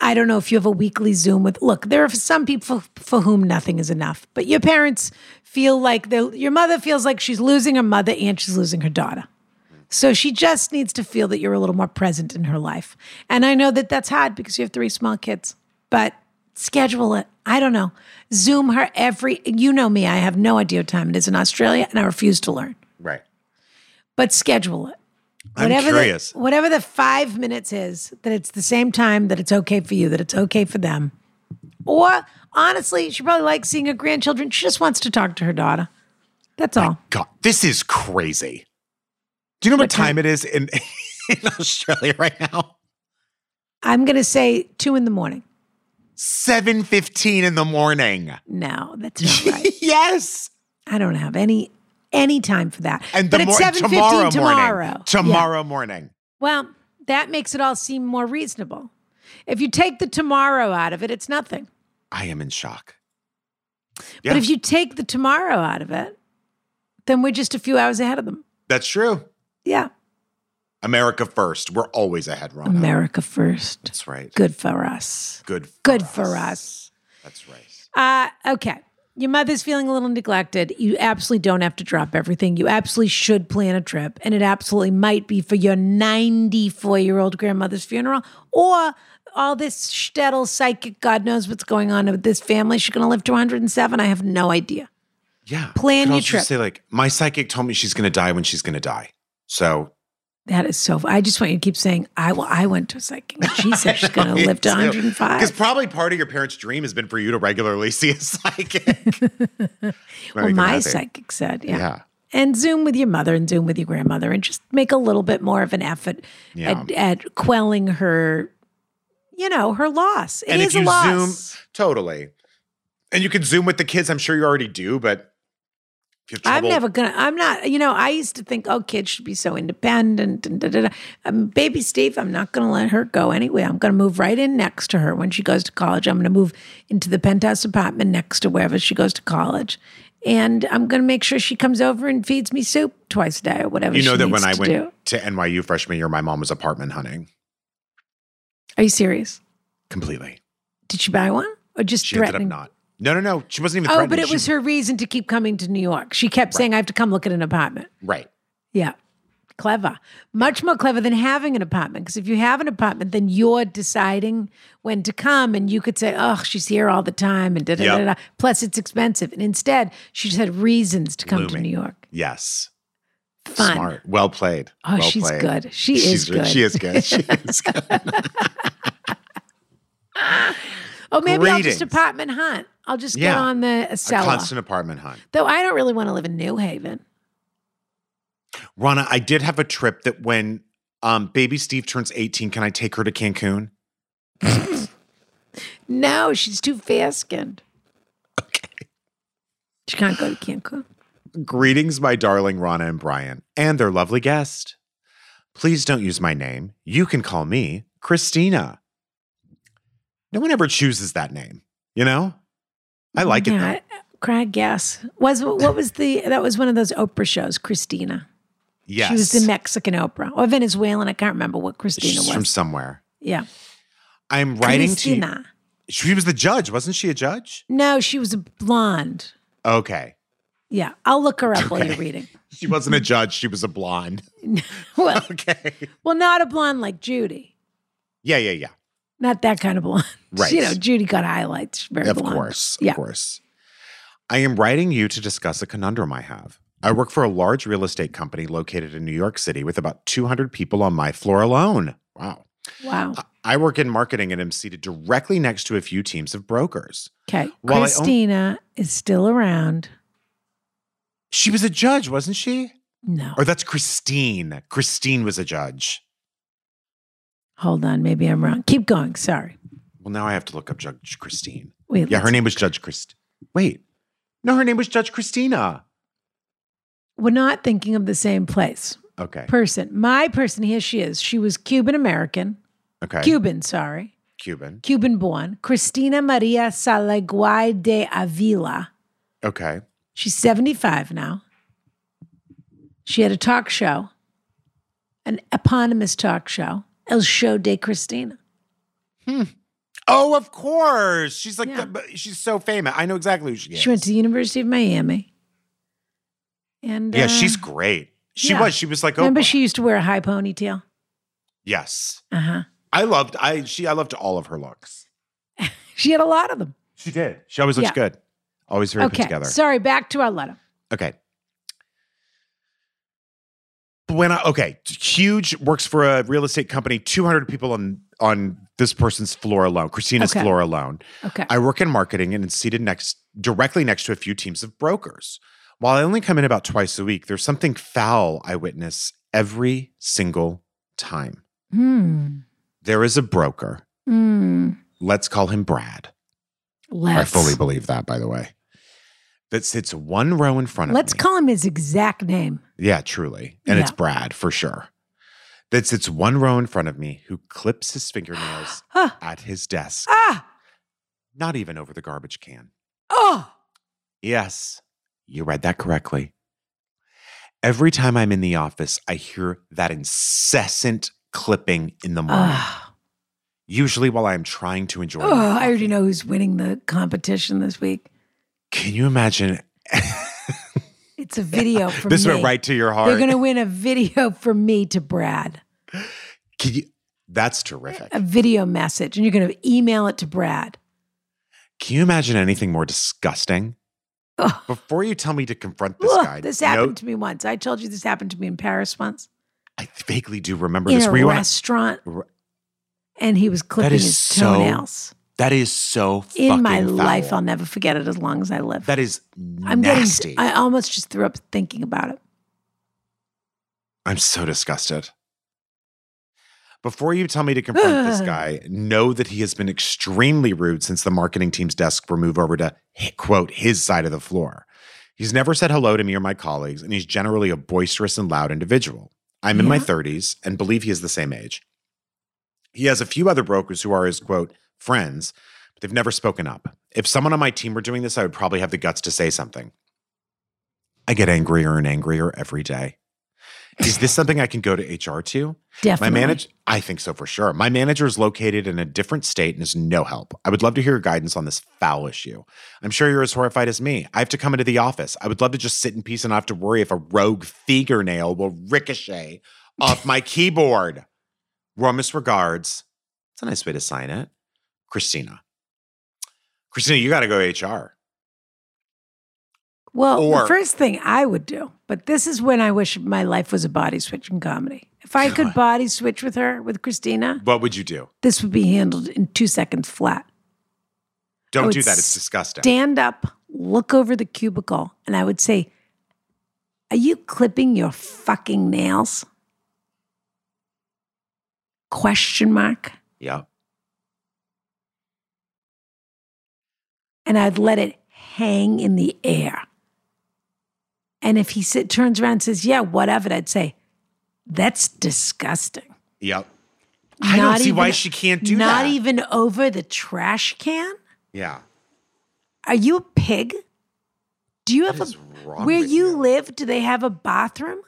I don't know if you have a weekly Zoom with look, there are some people for whom nothing is enough. But your parents feel like they your mother feels like she's losing her mother and she's losing her daughter. So she just needs to feel that you're a little more present in her life. And I know that that's hard because you have three small kids, but schedule it. I don't know. Zoom her every, you know me, I have no idea what time it is in Australia and I refuse to learn, Right. but schedule it. I'm curious. The, whatever the five minutes is, that it's the same time, that it's okay for you, that it's okay for them. Or honestly, she probably likes seeing her grandchildren. She just wants to talk to her daughter. That's all. God, this is crazy. Do you know what, What time, time? it is in, [laughs] in Australia right now? I'm going to say two in the morning. Seven fifteen in the morning. No, that's [laughs] not right. yes. I don't have any any time for that. And the but it's mor- seven tomorrow, fifteen tomorrow. morning. Yeah. Tomorrow morning. Well, that makes it all seem more reasonable. If you take the tomorrow out of it, it's nothing. I am in shock. But Yeah. if you take the tomorrow out of it, then we're just a few hours ahead of them. That's true. Yeah. America first. We're always ahead, Rona. America first. That's right. Mm. Good for us. Good. For Good us. for us. That's right. Uh, okay. Your mother's feeling a little neglected. You absolutely don't have to drop everything. You absolutely should plan a trip, and it absolutely might be for your 94 year old grandmother's funeral or all this shtetl psychic. God knows what's going on with this family. She's going to live to 107. I have no idea. Yeah. Plan You could your also just trip. Say like, my psychic told me she's going to die when she's going to die. So That is so. I just want you to keep saying, I, well, I went to a psychic. and She said she's [laughs] going to live to Because 105. probably part of your parents' dream has been [laughs] for [laughs] you to regularly see a psychic. Now you Well, can my have it. psychic said, yeah. Yeah. and Zoom with your mother and Zoom with your grandmother and just make a little bit more of an effort at, at quelling her, you know, her loss. It is and if a you loss. zoom, totally. And you can zoom with the kids. I'm sure you already do, but if you have I'm trouble, never gonna. I'm not. You know, I used to think, oh, kids should be so independent. And da, da, da. Um, baby Steve, I'm not gonna let her go anyway. I'm gonna move right in next to her when she goes to college. I'm gonna move into the penthouse apartment next to wherever she goes to college, and I'm gonna make sure she comes over and feeds me soup twice a day or whatever. you know she that when needs I to went do. to NYU freshman year, my mom was apartment hunting are you serious? completely. Did she buy one or just She threatening? ended up not. No, no, no. She wasn't even. Oh, threatening. but it She- was her reason to keep coming to New York. She kept saying, "I have to come look at an apartment." right. Yeah. Clever. Much more clever than having an apartment. Because if you have an apartment, then you're deciding when to come and you could say, oh, she's here all the time and da da da da. Yep. Plus, it's expensive. And instead, she just had reasons to come to Looming. New York. Yes. Fun. Smart. Well played. Oh, Well she's played. good. She is She's good. She is [laughs] good. She is good. Oh, maybe I'll just Greetings. apartment hunt. I'll just get Yeah. on the A cellar. constant apartment hunt. Though I don't really want to live in New Haven. Rana, I did have a trip that when um, baby Steve turns 18, can I take her to Cancun? [laughs] No, she's too fair skinned. She can't go to Cancun. Greetings, my darling Rana and Brian, and their lovely guest. Please don't use my name. You can call me Christina. No one ever chooses that name, you know? I like it. yeah, though. I- Craig, yes. Was what was the that was one of those Oprah shows, Christina. Yes. She was the Mexican Oprah or Venezuelan. I can't remember what Christina She's was. from somewhere. yeah, I'm writing to you. Christina. She was the judge, wasn't she a judge? No, she was a blonde. Okay. Yeah, I'll look her up while Okay. you're reading. [laughs] She wasn't a judge, she was a blonde. [laughs] Well, Okay. well, not a blonde like Judy. Yeah, yeah, yeah. Not that kind of blonde. [laughs] Right. You know, Judy got highlights. She's Very Of blonde. course. Yeah. Of course. I am writing you to discuss a conundrum I have. I work for a large real estate company located in New York City with about 200 people on my floor alone. Wow. Wow. I work in marketing and am seated directly next to a few teams of brokers. Okay. While I own- Christina is still around. She was a judge, wasn't she? No. Or that's Christine. Christine was a judge. Hold on. Maybe I'm wrong. Keep going. Sorry. Well, now I have to look up Judge Christine. Wait. Yeah, let's- her name was Judge Christ. Wait. No, her name was Judge Christina. We're not thinking of the same place. Okay. person. My person, here she is. She was Cuban American, Okay. Cuban, sorry, Cuban. Cuban born, Cristina Maria Salaguay de Avila. Okay. She's 75 now. She had a talk show, an eponymous talk show, El Show de Cristina. Oh, of course. She's like, Yeah. the, but she's so famous. I know exactly who she is. She went to the University of Miami. And yeah, uh, she's great. She yeah. was. She was like, oh, remember she used to wear a high ponytail. yes. Uh huh. I loved. I she. I loved all of her looks. She had a lot of them. She did. She always looks Yeah. good. Always very put okay, together. sorry. Back to our letter. okay. But When I okay, huge works for a real estate company. Two hundred people on on this person's floor alone. Christina's Okay. floor alone. Okay. I work in marketing and am seated next directly next to a few teams of brokers. While I only come in about twice a week, there's something foul I witness every single time. hmm. There is a broker. Hmm. Let's call him Brad. Let's. I fully believe that, by the way. That sits one row in front of Let's me. call him his exact name. Yeah, truly. And it's Yeah. Brad for sure. That sits one row in front of me who clips [gasps] his fingernails Ah, at his desk, ah, not even over the garbage can. oh, Yes, you read that correctly. Every time I'm in the office, I hear that incessant clipping in the morning, oh, usually while I'm trying to enjoy. my oh. I already coffee. know who's winning the competition this week. Can you imagine? [laughs] It's a video from this me. went right to your heart. They're going to win a video from me to Brad, Can you- That's terrific. a video message, and you're going to email it to Brad. Can you imagine anything more disgusting? Ugh. Before you tell me to confront this Ugh, guy, this no- happened to me once. I told you this happened to me in Paris once I vaguely do remember in this. a Were you on a- restaurant, Re- and he was clipping is his so toenails. that is so fucking In my life, foul. I'll never forget it as long as I live. that is I'm nasty. getting. I almost just threw up thinking about it. I'm so disgusted. Before you tell me to confront this guy, know that he has been extremely rude since the marketing team's desk were moved over to, hi- quote, his side of the floor. He's never said hello to me or my colleagues, and he's generally a boisterous and loud individual. I'm in my Yeah. 30s and believe he is the same age. He has a few other brokers who are his, quote, friends, but they've never spoken up. If someone on my team were doing this, I would probably have the guts to say something. I get angrier and angrier every day. Is this something I can go to HR to? My Definitely. manager, I think so for sure. My manager is located in a different state and is no help. I would love to hear your guidance on this foul issue. I'm sure you're as horrified as me. I have to come into the office. I would love to just sit in peace and not have to worry if a rogue fingernail will ricochet off my keyboard. Warmest regards. It's a nice way to sign it. Christina. Christina, you got to go HR. Well, Or- the first thing I would do, but this is when I wish my life was a body switch in comedy. If I could body switch with her, with Christina, What would you do? this would be handled in two seconds flat. Don't would do that. It's disgusting. Stand up, look over the cubicle, and I would say, Are you clipping your fucking nails? Question mark. yeah. and I'd let it hang in the air. And if he sit, turns around and says, Yeah, whatever, I'd say, That's disgusting. Yep. I don't Not see why even- she can't do not that. even over the trash can? yeah. Are you a pig? Do you have What is a wrong where with you, you? live? Do they have a bathroom?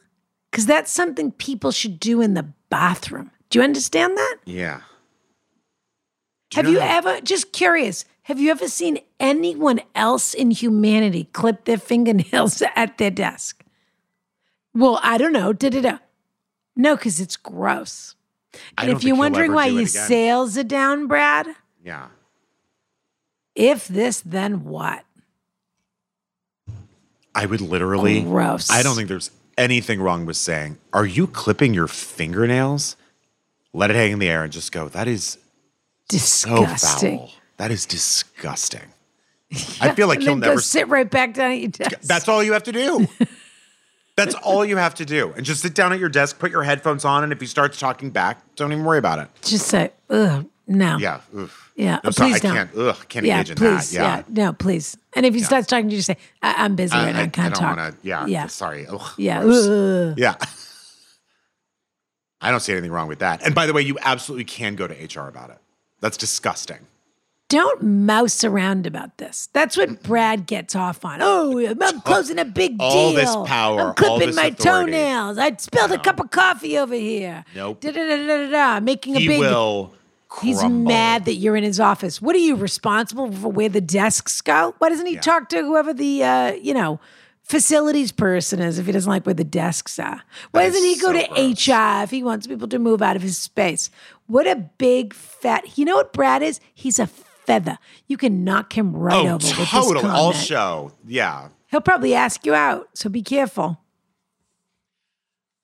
Because that's something people should do in the bathroom. Do you understand that? Yeah. Do have you know how- ever, just curious, have you ever seen anyone else in humanity clip their fingernails [laughs] at their desk? Well, I don't know. Da, da, da. No, because it's gross. I And don't if think you're he'll wondering ever why do it your again. sales are down, Brad, Yeah. if this, then what? I would literally. Gross. I don't think there's anything wrong with saying, Are you clipping your fingernails? Let it hang in the air and just go, That is so disgusting. foul. That is [laughs] disgusting. I feel like and he'll then never. go sit right back down at your desk. That's all you have [laughs] to do. That's all you have to do. And just sit down at your desk, put your headphones on, and if he starts talking back, don't even worry about it. just say, ugh, no. Yeah. Oof. Yeah, oh, No, sorry, please I don't. can't. Ugh, can't Yeah, engage in please. that. Yeah. no, please. And if he starts talking to you, just say, I- I'm busy right now. I, I can't I talk. don't want to. Yeah, Yeah. Sorry. Ugh, Yeah. gross. Ugh. Yeah. I don't see anything wrong with that. And by the way, you absolutely can go to HR about it. That's disgusting. Don't mouse around about this. That's what Brad gets off on. Oh, I'm closing a big all deal. this power, all I'm clipping this my authority. toenails. I spilled a cup of coffee over here. Nope. Da, da, da, da, da, da, making He a big. will. He's crumble. mad that you're in his office. What are you responsible for where the desks go? Why doesn't he talk to whoever the uh, you know facilities person is if he doesn't like where the desks are? Why That doesn't he is go so to gross. HR if he wants people to move out of his space? What a big fat. You know what Brad is? He's a feather. You can knock him right Oh, over with this totally. All comment. show. Yeah. He'll probably ask you out, so be careful.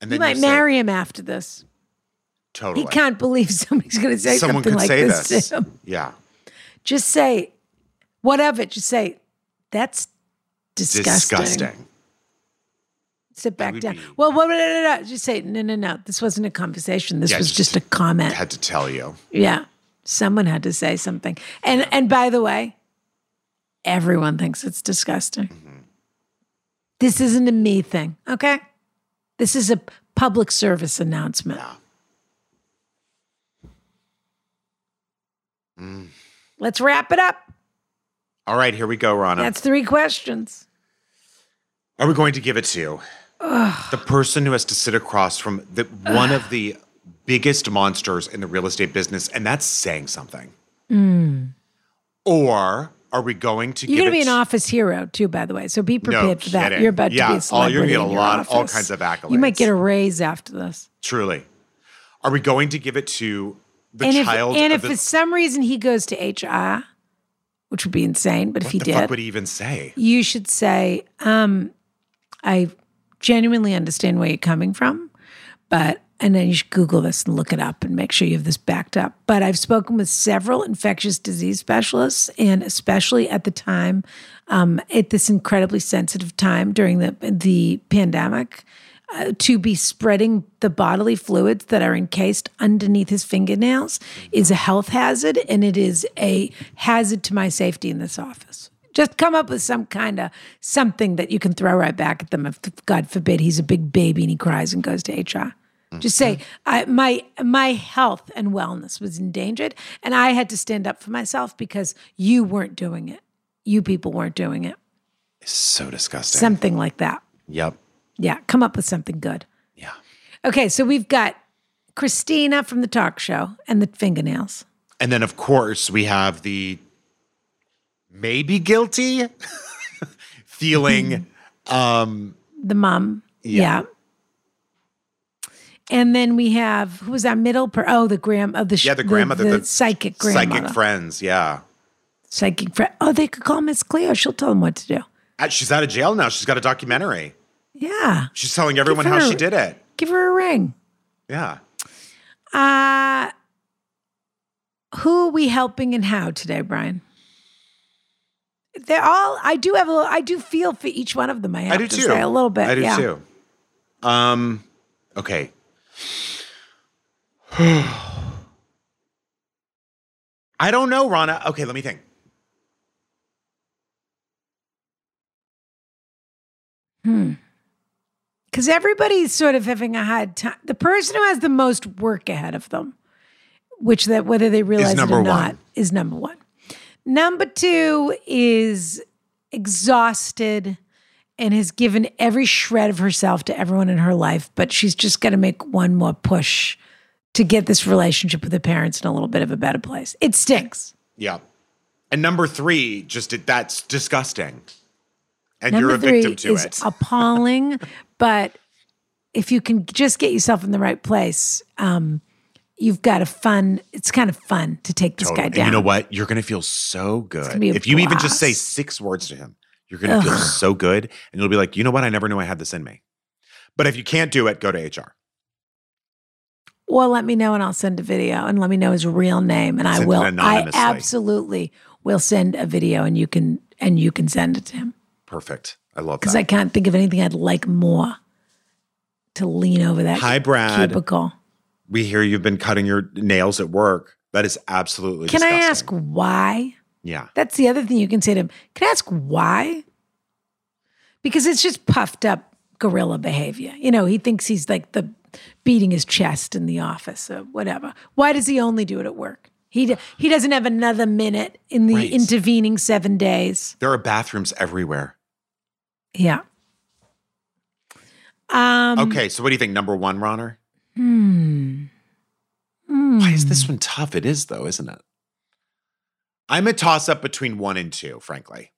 And You then might say- marry him after this. Totally. He can't believe [laughs] somebody's going to say Someone something could like say this, this. to him. Yeah. just say whatever. Just say that's disgusting. Disgusting. Sit back would down. be- Well, what? No, no, no. Just say no, no, no. This wasn't a conversation. This Yeah, was just- just, a comment. Had to tell you. yeah, someone had to say something. And and by the way, everyone thinks it's disgusting. Mm-hmm. This isn't a me thing. Okay, this is a public service announcement. Yeah. Let's wrap it up. All right, here we go, Rana. That's three questions. Are we going to give it to you? The person who has to sit across from the, one of the biggest monsters in the real estate business, and that's saying something. Or are we going to Hmm. You're give going to be it an to- office hero too, by the way. So be prepared for that. kidding. You're about Yeah, to be a all- celebrity. you're gonna get a in your lot- all office. kinds of You might accolades. get a raise after this. Truly. Are we going to give it to the and if, child? and of if the, for some reason he goes to HR, which would be insane, but if what he the did, fuck would he even say? you should say, um, I genuinely understand where you're coming from, but, and then you should Google this and look it up and make sure you have this backed up. But I've spoken with several infectious disease specialists, and especially at the time, um, at this incredibly sensitive time during the, the pandemic, uh, to be spreading the bodily fluids that are encased underneath his fingernails is a health hazard and it is a hazard to my safety in this office. Just come up with some kind of something that you can throw right back at them if, God forbid, he's a big baby and he cries and goes to HR. Just say I, my my health and wellness was endangered, and I had to stand up for myself because you weren't doing it. You people weren't doing it. So disgusting. Something like that. yep. Yeah, come up with something good. Yeah. Okay, so we've got Christina from the talk show and the fingernails. And then, of course, we have the maybe guilty [laughs] feeling. um, The mom. Yeah. And then we have who was our middle per oh the grand of the sh- yeah, the grandmother, the, the, psychic [laughs] grandmother psychic friends. Yeah, psychic friend oh they could call Miss Cleo she'll tell them what to do Uh, she's out of jail now. She's got a documentary. yeah She's telling everyone Give how her- she did it. give her a ring Yeah. uh who are we helping and how today Brian they're all I do have a little, I do feel for each one of them I have I do to too. say a little bit I do yeah. too. Um, okay. [sighs] I don't know, Rana. Okay, let me think. Because everybody's sort of having a hard time. The person who has the most work ahead of them, which that whether they realize it number or one. not, is number one. Number two is exhausted and has given every shred of herself to everyone in her life, but she's just got to make one more push to get this relationship with her parents in a little bit of a better place. It stinks. Yeah. And number three, just it, that's disgusting. And Number you're a three victim is to it. [laughs] appalling, but if you can just get yourself in the right place, um, you've got a fun. It's kind of fun to take this Totally. guy And down. you know what? You're going to feel so good. be a If you even just say blast. six words to him, you're going to feel so good. And you'll be like, you know what? I never knew I had this in me. But if you can't do it, go to HR. Well, let me know, and I'll send a video, and let me know his real name, and I Send it will. I anonymously. absolutely will send a video, and you can and you can send it to him Perfect. I love because that. I can't think of anything I'd like more to lean over that Hi, Brad. cubicle. we hear you've been cutting your nails at work. That is absolutely Can I disgusting. ask why? Yeah. That's the other thing you can say to him. Can I ask why? Because it's just puffed up gorilla behavior. You know, he thinks he's like the beating his chest in the office or whatever. Why does he only do it at work? He d- he doesn't have another minute in the Right. intervening seven days. There are bathrooms everywhere. Yeah. Um, hmm. Okay, so what do you think? Number one, Ronner? Why is this one tough? It is, though, isn't it? I'm a toss up between one and two, frankly.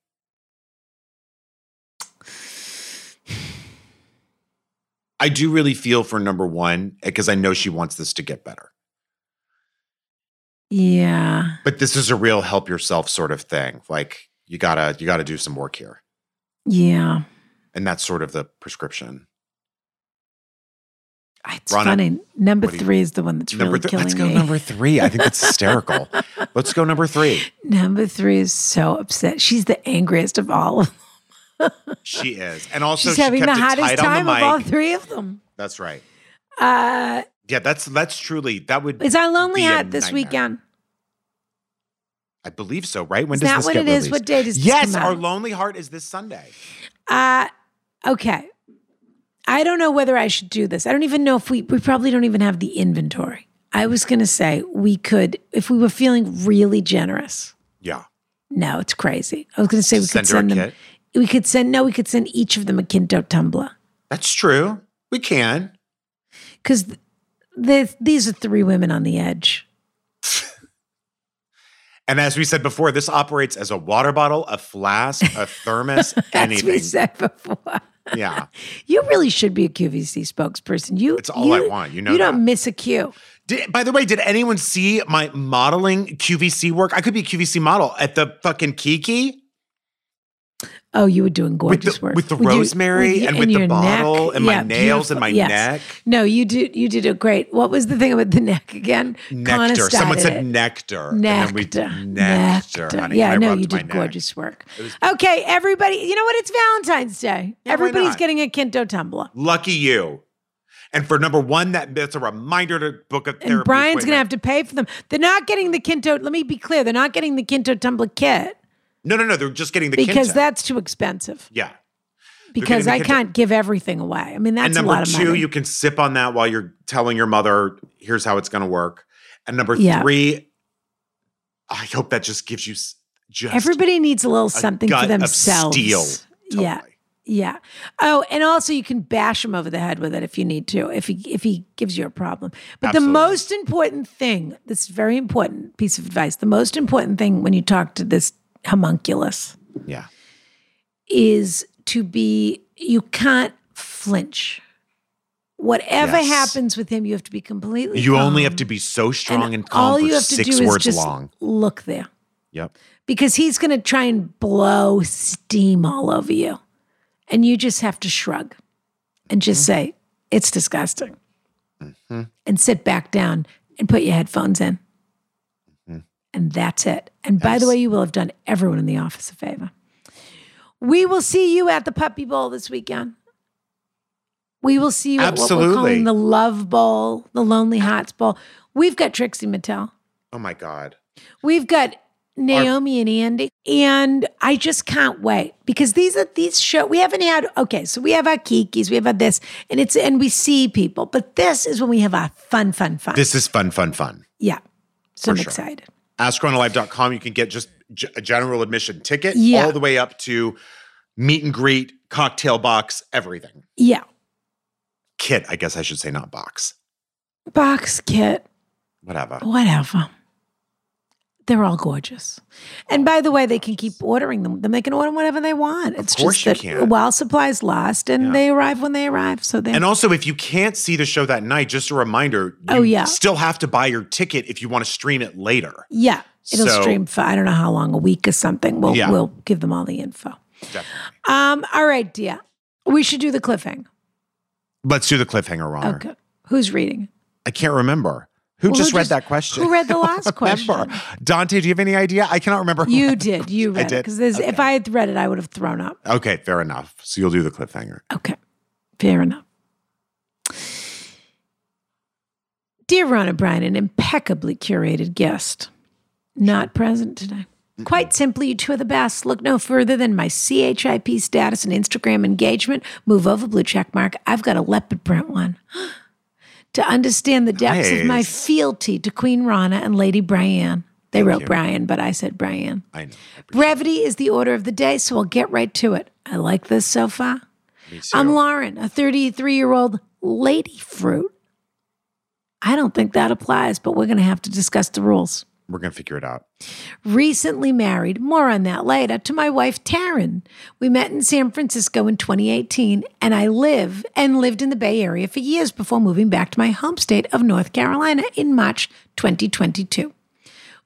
I do really feel for number one because I know she wants this to get better. Yeah. But this is a real help yourself sort of thing. Like you gotta you gotta do some work here. Yeah. And that's sort of the prescription. Ah, It's Ronna, funny. Number what do you- three is the one that's number really three. killing Let's go me. number three. I think that's [laughs] hysterical. Let's go number three. Number three is so upset. She's the angriest of all of them. She is. And also She's she having kept the it hottest tight on the time of all mic. three of them. That's right. Uh, Yeah, that's that's truly that would is our lonely Be a hat this nightmare. weekend? I believe so, right? When Is does that this what get it is? released? What day does this yes, come out? our lonely heart is this Sunday. Uh, okay. I don't know whether I should do this. I don't even know if we we probably don't even have the inventory. I was gonna say we could if we were feeling really generous. Yeah, No, it's crazy. I was gonna say we Send could her send a them. kit. We could send no. We could send each of them a Kinto tumbler that's true. We can. because th- these are three women on the edge. And as we said before, this operates as a water bottle, a flask, [laughs] a thermos, That's what we anything. said before. Yeah, You really should be a QVC spokesperson. You It's all I you- want. You know You don't that. miss a cue. Did, by the way, did anyone see my modeling QVC work? I could be a QVC model at the fucking Kiki Oh, you were doing with gorgeous the, work with the you- rosemary with you- and with the your neck. bottle and my Yeah, nails and beautiful. Yes. my neck. No, you did. You did a great. What was the thing about the [laughs] neck again? Connor Nectar. Someone started it. said nectar. Nectar. And then we nectar, honey. Yeah, I no, rubbed you my did neck. gorgeous work. Okay, everybody. You know what? It's Valentine's Day. Yeah, why Everybody's not? getting a Kinto tumbler. Lucky you. And for number one, that that's a reminder to book a therapy. And Brian's going to appointment. have to pay for them. They're not getting the Kinto. Let me be clear. They're not getting the Kinto tumbler kit No, no, no. They're just getting the because Kinta. that's too expensive. yeah. Because the I Kinto. can't give everything away. I mean, that's and a number lot of two, money. you can sip on that while you're telling your mother, "Here's how it's going to work." And number Yeah. three, I hope that just gives you s- just Everybody needs a little a something gut for of themselves. steel. Yeah. Totally. Yeah. Oh, and also you can bash him over the head with it if you need to, if he if he gives you a problem. But Absolutely. the most important thing, this is very important piece of advice, the most important thing when you talk to this homunculus Yeah. is to be you can't flinch. Whatever Yes. happens with him, you have to be completely You only calm. have to be so strong and, calm all for you have to six do words is just long. look there Yep. because he's going to try and blow steam all over you. And you just have to shrug and just say, it's disgusting. And sit back down and put your headphones in. And that's it. And by the way, you will have done everyone in the office a favor. We will see you at the Puppy Bowl this weekend. We will see you at what we're Absolutely. calling the Love Bowl, the Lonely Hearts Bowl. We've got Trixie Mattel. Oh my God. We've got Naomi and Andy, and I just can't wait because these are these show we haven't had. Okay, so we have our Kikis, we have our this, and it's and we see people, but this is when we have our fun, fun, fun. This is fun, fun, fun. yeah, so I'm sure. excited. AskChronoLive.com. You can get just g- a general admission ticket Yeah. all the way up to meet and greet, cocktail box, everything. Yeah, Kit, I guess I should say, not box. box kit, Whatever. Oh, whatever. They're all gorgeous, and by the way, they can keep ordering them. Then they can order whatever they want. It's course just you that can. while supplies last, and Yeah. they arrive when they arrive. So they And also, if you can't see the show that night, just a reminder you Oh, yeah. still have to buy your ticket if you want to stream it later. Yeah, it'll So- stream for I don't know how long, a week or something. We'll Yeah. we'll give them all the info. Definitely. Um, all right, dear. We should do the cliffhanger. Let's do the cliffhanger, Ron. Okay. Who's reading? I can't remember. Who Well, just who read just- that question? [laughs] who read the last Remember. question? Dante, do you have any idea? I cannot remember. who You read- did. You read did. it. Because if Okay. I had read it, I would have thrown up. Okay, fair enough. So you'll do the cliffhanger. Okay. Fair enough. Dear Ron O'Brien, an impeccably curated guest, not present today. Quite simply, you two are the best. Look no further than my CHIP status and Instagram engagement. Move over, blue check mark. I've got a leopard print one. [gasps] to understand the depths of my Nice. fealty to Queen Rana and Lady Brian. They wrote Brian, but I said Brian. I know. Brevity is the order of the day, so I'll get right to it. I like this so far. I'm Lauren, a 33 year old lady fruit. I don't think that applies, but we're going to have to discuss the rules. We're going to figure it out. Recently married, more on that later, to my wife, Taryn. We met in San Francisco in 2018, and I live and lived in the Bay Area for years before moving back to my home state of North Carolina in March 2022.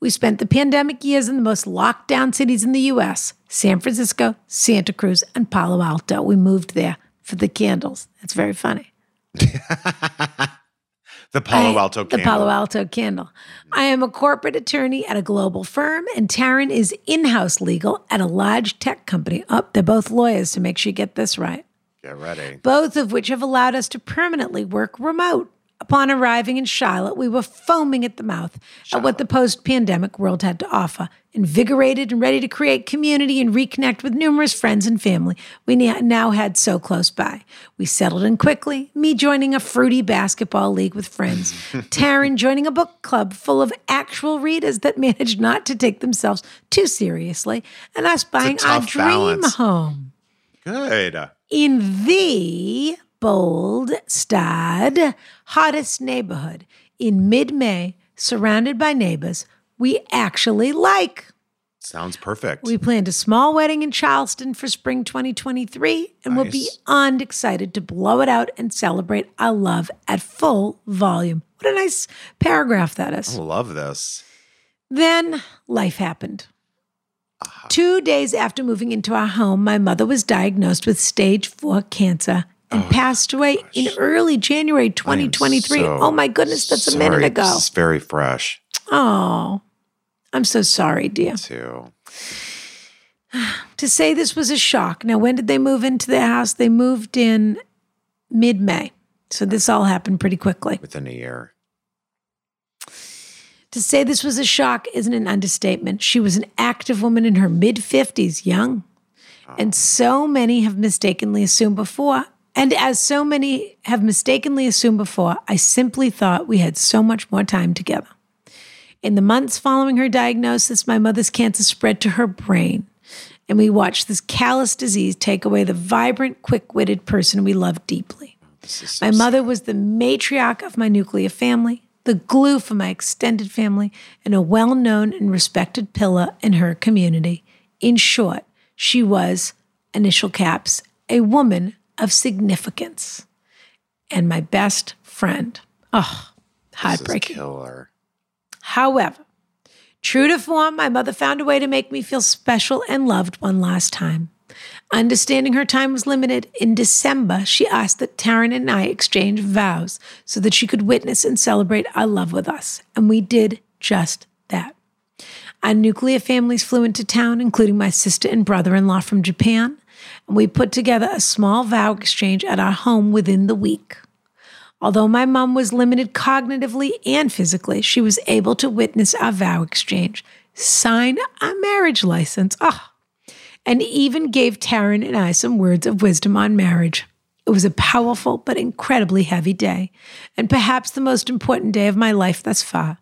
We spent the pandemic years in the most locked down cities in the US San Francisco, Santa Cruz, and Palo Alto. We moved there for the candles. That's very funny. The Palo I- Alto The candle. Palo Alto candle. I am a corporate attorney at a global firm, and Taryn is in house legal at a large tech company. Up, they're both lawyers, so make sure you get this right Get ready. both of which have allowed us to permanently work remote. Upon arriving in Charlotte, we were foaming at the mouth at what the post pandemic world had to offer. Invigorated and ready to create community and reconnect with numerous friends and family we na- now had so close by. We settled in quickly, me joining a fruity basketball league with [laughs] friends, Taryn joining a book club full of actual readers that managed not to take themselves too seriously, and us buying our tough dream balance. home Good. in the bold starred hottest neighborhood in mid-may surrounded by neighbors we actually like Sounds perfect. we planned a small wedding in charleston for spring 2023 and we're Nice. beyond excited to blow it out and celebrate our love at full volume what a nice paragraph that is Love this. then life happened. Uh-huh. Two days after moving into our home, my mother was diagnosed with stage four cancer Oh, and passed away in early January 2023. so oh my goodness, that's a minute Sorry, ago. This is very fresh, Oh, I'm so sorry, dear. too. To say this was a shock. Now, when did they move into the house? They moved in mid May. So this all happened pretty quickly. within a year. To say this was a shock isn't an understatement. She was an active woman in her mid 50s, young. And so many have mistakenly assumed before. And as so many have mistakenly assumed before, I simply thought we had so much more time together. In the months following her diagnosis, my mother's cancer spread to her brain. And we watched this callous disease take away the vibrant, quick witted person we loved deeply. Oh, My mother was the matriarch of my nuclear family, the glue for my extended family, and a well known and respected pillar in her community. In short, she was, initial caps, a woman of significance and my best friend. Oh, This is heartbreaking. killer. However, true to form, my mother found a way to make me feel special and loved one last time. Understanding her time was limited, in December, she asked that Taryn and I exchange vows so that she could witness and celebrate our love with us. And we did just that. Our nuclear families flew into town, including my sister and brother in law from Japan, and we put together a small vow exchange at our home within the week. Although my mom was limited cognitively and physically, she was able to witness our vow exchange, sign our marriage license, ah, and even gave Taryn and I some words of wisdom on marriage. It was a powerful but incredibly heavy day, and perhaps the most important day of my life thus far.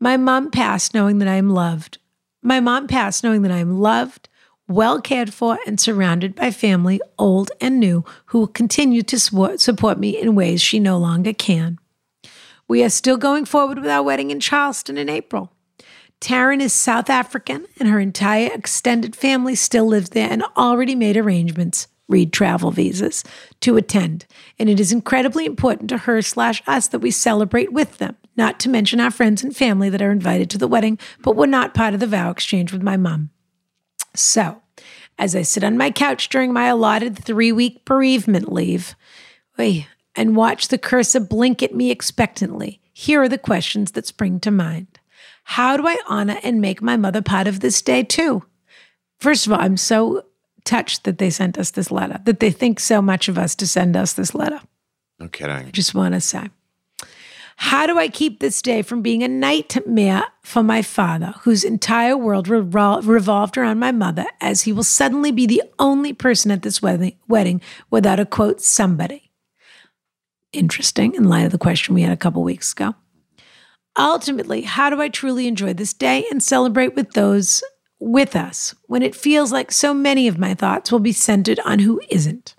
My mom passed knowing that I am loved. My mom passed knowing that I am loved, well cared for, and surrounded by family, old and new, who will continue to swo- support me in ways she no longer can. We are still going forward with our wedding in Charleston in April. Taryn is South African, and her entire extended family still lives there and already made arrangements, read travel visas, to attend. And it is incredibly important to her slash us that we celebrate with them, not to mention our friends and family that are invited to the wedding, but were not part of the vow exchange with my mom. So, as I sit on my couch during my allotted three week bereavement leave, oy, and watch the cursor blink at me expectantly, here are the questions that spring to mind. How do I honor and make my mother part of this day too? First of all, I'm so touched that they sent us this letter, that they think so much of us to send us this letter. No kidding. Just want to say. How do I keep this day from being a nightmare for my father, whose entire world revol- revolved around my mother, as he will suddenly be the only person at this wedding, wedding without a quote somebody? Interesting, in light of the question we had a couple weeks ago. Ultimately, how do I truly enjoy this day and celebrate with those with us when it feels like so many of my thoughts will be centered on who isn't?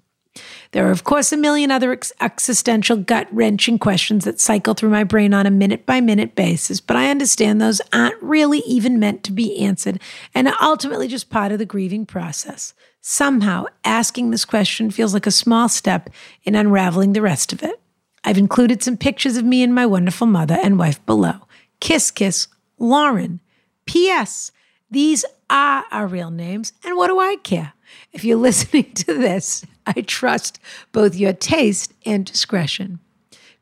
There are, of course, a million other ex- existential, gut wrenching questions that cycle through my brain on a minute by minute basis, but I understand those aren't really even meant to be answered and are ultimately just part of the grieving process. Somehow, asking this question feels like a small step in unraveling the rest of it. I've included some pictures of me and my wonderful mother and wife below. Kiss, kiss, Lauren. P.S. These are our real names, and what do I care? If you're [laughs] listening to this, I trust both your taste and discretion.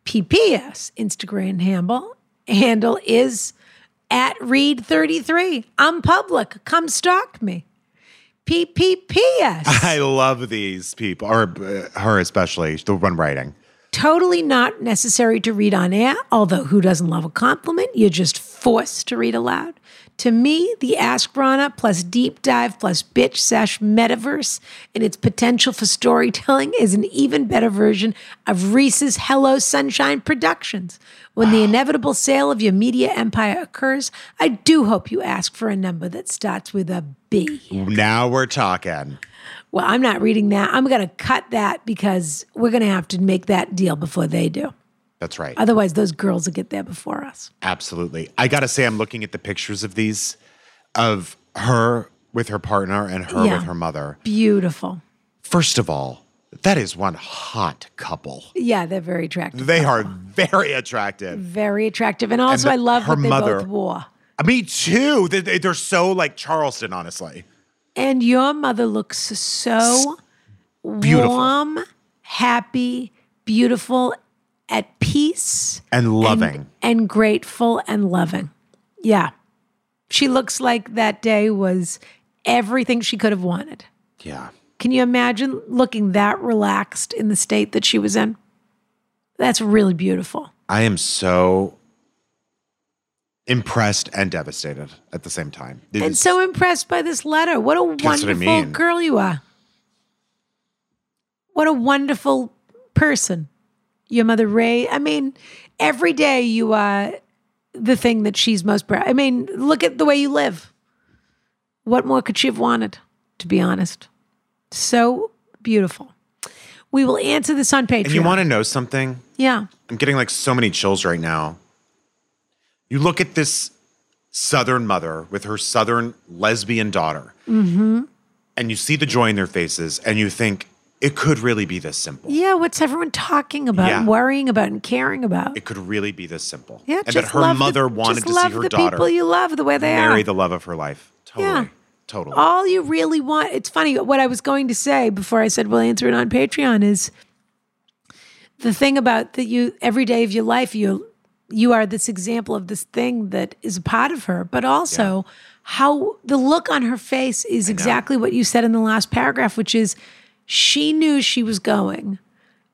PPS Instagram handle handle is at read33. I'm public. Come stalk me. PPPS. I love these people, or uh, her especially, the one writing. totally not necessary to read on air, although who doesn't love a compliment? You're just forced to read aloud. To me, the Ask Rana plus deep dive plus bitch sesh metaverse and its potential for storytelling is an even better version of Reese's Hello Sunshine Productions. When the inevitable sale of your media empire occurs, I do hope you ask for a number that starts with a B. Now we're talking. Well, I'm not reading that. I'm going to cut that because we're going to have to make that deal before they do. That's right. Otherwise, those girls will get there before us. Absolutely. I got to say, I'm looking at the pictures of these of her with her partner and her Yeah. with her mother. Beautiful. First of all, that is one hot couple. Yeah, they're very attractive. They are very attractive. very attractive, and also I the- love her what they mother- both wore. Me too. They- they- They're so like Charleston, honestly. And your mother looks so Beautiful. warm, happy, beautiful, at peace, And and- loving. and, grateful and loving. Yeah, she looks like that day was everything she could have wanted. yeah. Can you imagine looking that relaxed in the state that she was in? That's really beautiful. I am so impressed and devastated at the same time. It And was- so impressed by this letter. What a what I wonderful mean. girl you are. What a wonderful person. Your mother, Ray. I mean, every day you are the thing that she's most proud. I mean, look at the way you live. What more could she have wanted, to be honest? So beautiful. We will answer this on Patreon. and you want to know something? yeah. I'm getting like so many chills right now. You look at this Southern mother with her Southern lesbian daughter, Mm-hmm. and you see the joy in their faces, and you think it could really be this simple. Yeah. What's everyone talking about, Yeah. and worrying about, and caring about? It could really be this simple. Yeah, and that just her love the- mother just wanted to see love her the daughter People you love the way they marry are. the love of her life. Totally. Yeah. Totally. All you really want. It's funny what I was going to say before I said we'll answer it on Patreon is the thing about that you every day of your life you you are this example of this thing that is a part of her, but also how the look on her face is exactly what you said in the last paragraph, which is she knew she was going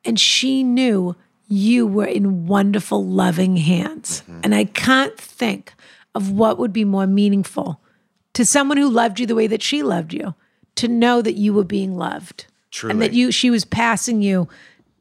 and she knew you were in wonderful, loving hands. And I can't think of what would be more meaningful to someone who loved you the way that she loved you to know that you were being loved and that Truly. you she was passing you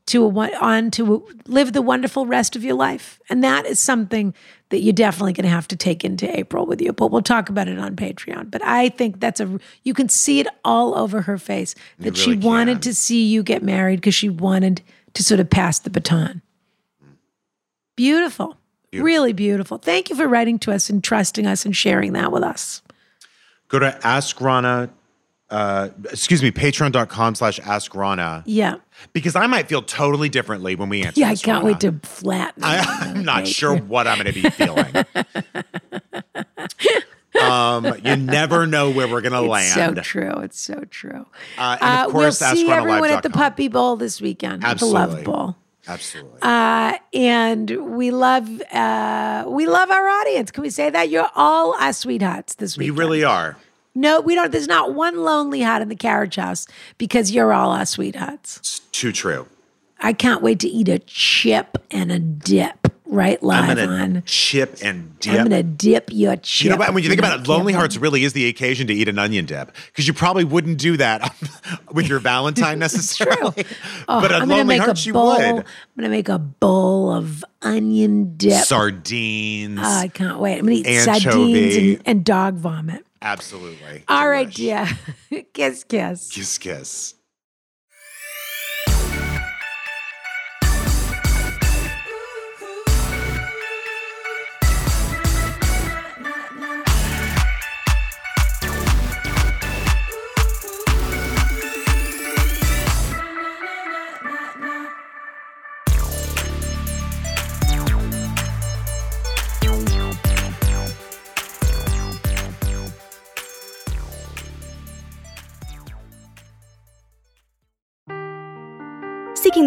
to a, won- on to live the wonderful rest of your life and that is something that you're definitely going to have to take into april with you but we'll talk about it on patreon but i think that's a you can see it all over her face that she really wanted can. to see you get married because she wanted to sort of pass the baton beautiful really beautiful thank you for writing to us and trusting us and sharing that with us Go to Ask Rana, uh, excuse me, patreon.com slash Ask Rana, yeah because I might feel totally differently when we answer yeah i this, can't Rana. wait to flatten it. I, [laughs] I'm not sure what I'm going to be feeling. [laughs] um, you never know where we're going to land. So true. It's so true. Uh, and of Uh, course, we'll see everyone at the AskRonaLive.com. Puppy Bowl this weekend. at The Love Absolutely. Bowl. Absolutely. Uh, and we love uh, we love our audience. Can we say that? You're all our sweethearts this you weekend. really are. no, we don't. There's not one lonely heart in the carriage house because you're all our sweethearts. It's too true. I can't wait to eat a chip and a dip right I'm live going to on. chip and dip. I'm gonna dip your chip. you know, what? when you think and I about it, can't Lonely wait. Hearts really is the occasion to eat an onion dip because you probably wouldn't do that [laughs] with [laughs] your Valentine necessarily. Oh, but I'm at gonna Lonely make Hearts, a you bowl. would. I'm gonna make a bowl of onion dip. Sardines. Oh, I can't wait. I'm gonna eat Anchovy. sardines and, and dog vomit. Absolutely. All right, Delish. dear. [laughs] kiss, kiss. Kiss, kiss. Seeking